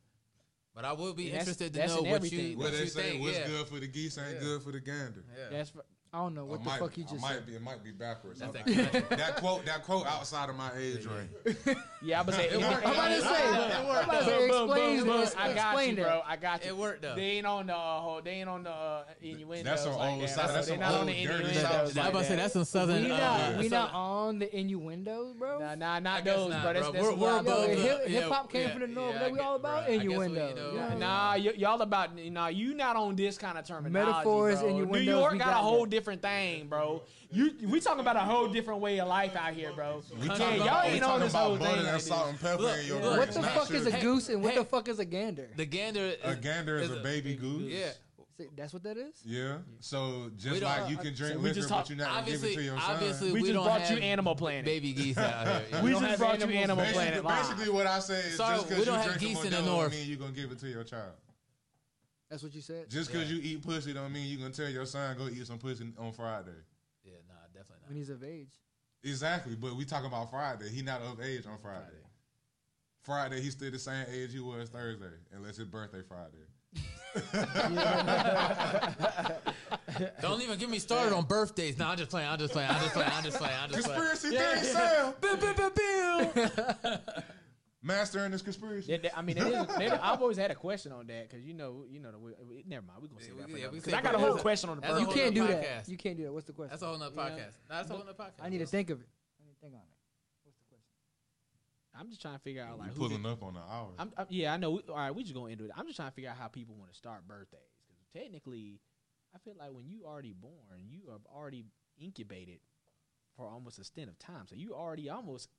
but I would be
That's-
interested to
that's
know what
in
you
everything.
What
what
they
you
say,
think.
what's
yeah.
good for the geese ain't good for the gander.
yeah.
That's for,
I don't know what
I
the
might-
fuck you
I
just
might
said.
Be, it might be backwards.
That's
I'm
a
not-
country.
that quote, that quote outside of my age
(laughs)
range.
yeah. I was saying,
It worked
I'm about to
out.
say,
It
I'm about to say,
It worked
explain
out.
this. I got
Explain
you,
that.
bro. I got you.
It worked, though.
They ain't on the uh, whole. They ain't on the uh, innuendos.
That's on
like
old
that.
South- that's
they
on
not on
old
the
dirty
innuendos.
South. I
Like
was about
I about to say
that.
that's some
we
southern.
not,
uh,
we
some-
not on the innuendos, bro.
Nah, nah,
I
not
guess
those,
not,
bro. That's,
bro.
that's
We're-
what
we're
I-
above
Yo,
the-
hip,
yeah,
hop came
yeah,
from the north,
yeah,
bro.
I
We
get-
all about
right, I guess we,
innuendo.
you know,
you know what I mean?
Nah, y- y'all about nah. You not on this kind of terminology.
Metaphors,
bro.
innuendos,
New York
we
got a
got
whole
that.
different thing, bro. You we talking about a whole different way of life out here, bro.
We
yeah,
talking
y'all
about, we
ain't on
talking
this whole
about butter
thing.
and
like
salt
this.
and pepper
Look,
in your
look,
drink.
What
It's
the
not
fuck is a
sugar.
Hey,
goose and what
hey.
the fuck is a gander?
the gander. Is,
A gander is a baby goose.
Yeah.
See, That's what that is.
Yeah. So
We
just
don't-
like you can drink
we
liquor,
just
but
talk-
you're not gonna give it to
Obviously,
your
obviously,
We
son.
we
just
don't
brought
have
you Animal Planet.
baby geese out here. you
We
know?
just have brought you Animal animals.
Basically,
Planet Live.
basically what I say is
Sorry,
just
we
because you
don't have
drink a
geese in the
Modelo
north.
don't mean you're gonna give it to your child.
That's what you said.
Just because you eat pussy don't mean you're gonna tell your son go eat some pussy on Friday.
yeah, nah, definitely not.
When he's of age.
Exactly, but we talking about Friday. He not of age on Friday. Friday, he's still the same age he was Thursday, unless his birthday Friday.
Don't even get me started on birthdays. No, I'm just playing. I'm just playing. I'm just playing. I'm just playing. I'm just playing.
Conspiracy theory, Sam.
Bill, bill, bill, bill.
Master in this conspiracy.
That- that- I mean, it is, that- I've always had a question on that because you know, you know, that we, we- never mind. We're gonna say
Yeah, we-
that
yeah, we
because
say
I got a
that.
whole
That's a-
question on the
that's a
You
birthday.
whole
can't do
nother
that.
podcast.
You can't do that. What's the question?
That's a whole nother podcast. Nah, that's a whole nother podcast.
I need to
bro.
think of it. I need to think on it. What's the question?
I'm just trying to figure out
We
like who.
pulling
did-
up on the hour.
I'm, I'm, yeah, I know. We, all right, we just gonna end it. I'm just trying to figure out how people want to start birthdays because technically, I feel like when you already born, you are already incubated for almost a stint of time, so you already almost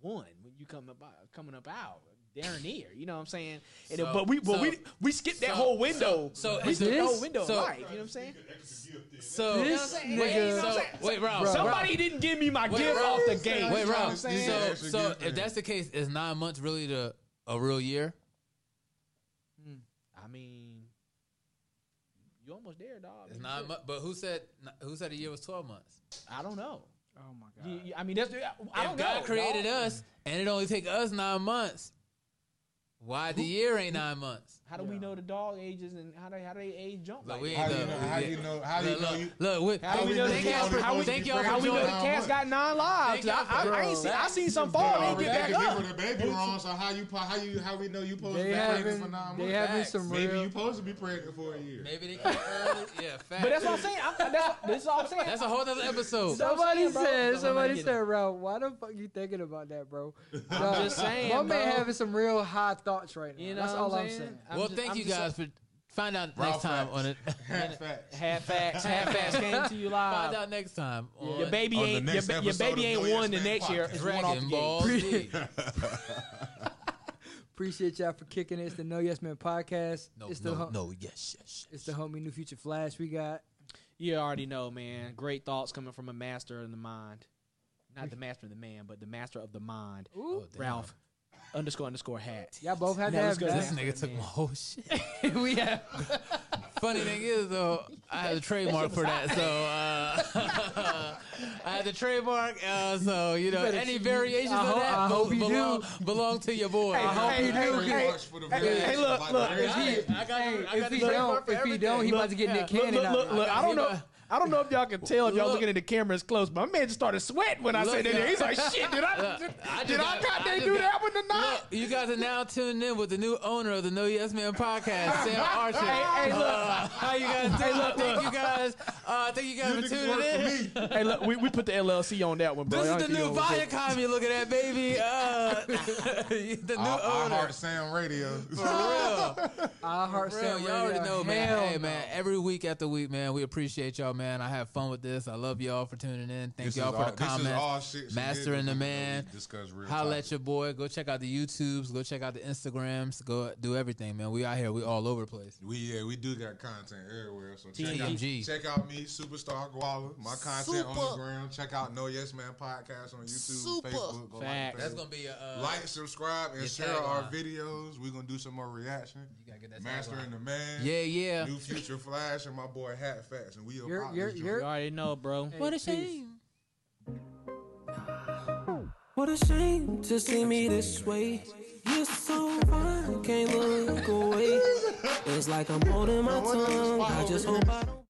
one when you come up coming up out. There near, you know what I'm saying? And
So-
but we but
so-
we we skipped that
so-
whole window.
so-
we
is
skipped the
this-
whole window
so-
of life. You know what I'm saying?
So
This
wait,
nigga-
so, wait, Rob.
Bro,
so-
Oh, Somebody didn't give me my
Wait,
gift
Rob.
off the gate.
Wait,
you know what
Rob.
I'm
So,
saying?
saying?
so if that's the case, is nine months really the a real year?
I mean, you almost there, dog.
It's nine months. But who said who said a year was twelve months?
I don't know.
Oh my god.
You- you- I mean, that's I don't
if
know.
God created
dog.
us and it only take us nine months, Why the year ain't nine months?
How do we know the dog ages and how they how they age jump?
Look,
Like,
we ain't
How do you
done.
know?
We
How do
did.
you know? How do you
Look,
know?
look,
you-
look, we-
How we know
thank
the
y'all
cats-
for-
how we-
thank y'all
how
for
we know the
joining.
cat's got nine
Thank
lives?
y'all
I, I,
for-
I ain't
bro,
seen, I seen some
They
fall and
already
get back
acting
up.
different than baby wrong. So how you po- how you how we know you supposed to
They
be pregnant for
having,
nine
they
months?
having
Facts.
some
Maybe you
real.
supposed to be pregnant for a year.
Maybe they came early. Yeah, fact.
But that's what I'm saying. I'm, that's, what- that's all I'm saying.
That's a whole other episode.
So-
Somebody
That's what I'm
said,
saying,
bro.
somebody
Somebody
said, Ralph, why the fuck you thinking about that,
(laughs)
bro?
(laughs)
I'm just saying,
My man
bro.
having some real high thoughts right now.
You know
That's
what
all
I'm
I'm
saying?
saying.
I'm
well,
just-
thank
I'm
you
just-
guys for find out
Raw
next time
facts.
on it. (laughs)
Half facts.
Half facts, half
(laughs)
facts came to you
find
live.
out next time on
Your baby
On the
ain't your,
next
ba- your
episode
baby
of
ain't
Billy
one the
X-Men
next year.
Podcast.
It's one off the
Dragon
gate.
Ball (laughs) Z.
Appreciate y'all for kicking it. It's the No Yes Man podcast.
No,
it's the
no,
hom-
no, yes, yes, yes.
It's the homie New Future Flash. We got
You already know, man. Great thoughts coming from a master of the mind. Not the master of the man, but the master of the mind.
Oh, damn.
Ralph underscore underscore hat.
y'all both had to
Now let's
have
go
that.
This nigga took
(laughs)
my whole shit. (laughs)
we have
Funny thing is, though, I had a trademark for that, so uh, (laughs) I had the trademark. Uh, so you know,
better-
any
you-
variations
I
of
hope-
that
I hope
be-
you
belong,
do.
belong to your boy.
I hope you do.
Pretty
Hey,
much for the variation,
look,
like,
look.
the
If
variation-
he,
I got, I
if
got
he
the
don't,
trademark for
if he don't, he
everything.
about to get Nick
look,
Cannon
look,
out.
look, look. I don't know. I don't know if y'all can tell if y'all
Look.
looking at the cameras close, but my man just started sweating when I
Look,
said that.
yeah.
He's like, "Shit, did
(laughs)
I,
Look, I
did
just
I
got-
got
I
they
just
do
got-
that one tonight?"
Look, you guys are now tuned in with the new owner of the No Yes Man
(laughs)
podcast, Sam Archer.
Hey, hey, look.
Uh, how you guys doing? thank you guys. Uh, thank you guys
You
for
niggas work
tuning
for
in.
me.
hey, look, we, we put the LLC on that one, bro.
This
Y'all
is the
keep
new
it over.
Viacom you're looking at, baby. Uh, (laughs) the new
I, I
owner.
heart Sam Radio.
For real.
(laughs)
I heart
Bro,
Sam
y'all already
Radio.
know, man.
Hell
hey,
no.
man, every week after week, man, we appreciate y'all, man. I have fun with this. I love y'all for tuning in. Thank
This
y'all for
is all-
the
this is
comments.
all shit she
Master
did
and the
that we
man.
discuss real
Holla at
topics.
your boy. Go check out the YouTubes. Go check out the Instagrams. Go do everything, man. We out here. We all over the place.
We yeah, we do got content everywhere. So check
TMG.
out check out me, Superstar Guala. My content on the gram. Check out No Yes Man podcast on YouTube, Facebook.
Facts.
Go Like,
That's
that's
gonna be a uh,
like, subscribe, and
your
share our
tagline.
videos. We're gonna do some more reaction.
gotta get that
Master
tagline.
and the man.
Yeah, yeah.
New Future Flash and my boy Hat Facts, and we about
You're-
this
you're-
joint.
you're-
You already know, bro.
What a shame.
What a shame to see me this way. You're so fine, can't look away. It's like I'm holding my
No wonder this
tongue.
spot
I
over
just
here
hope
is
I don't.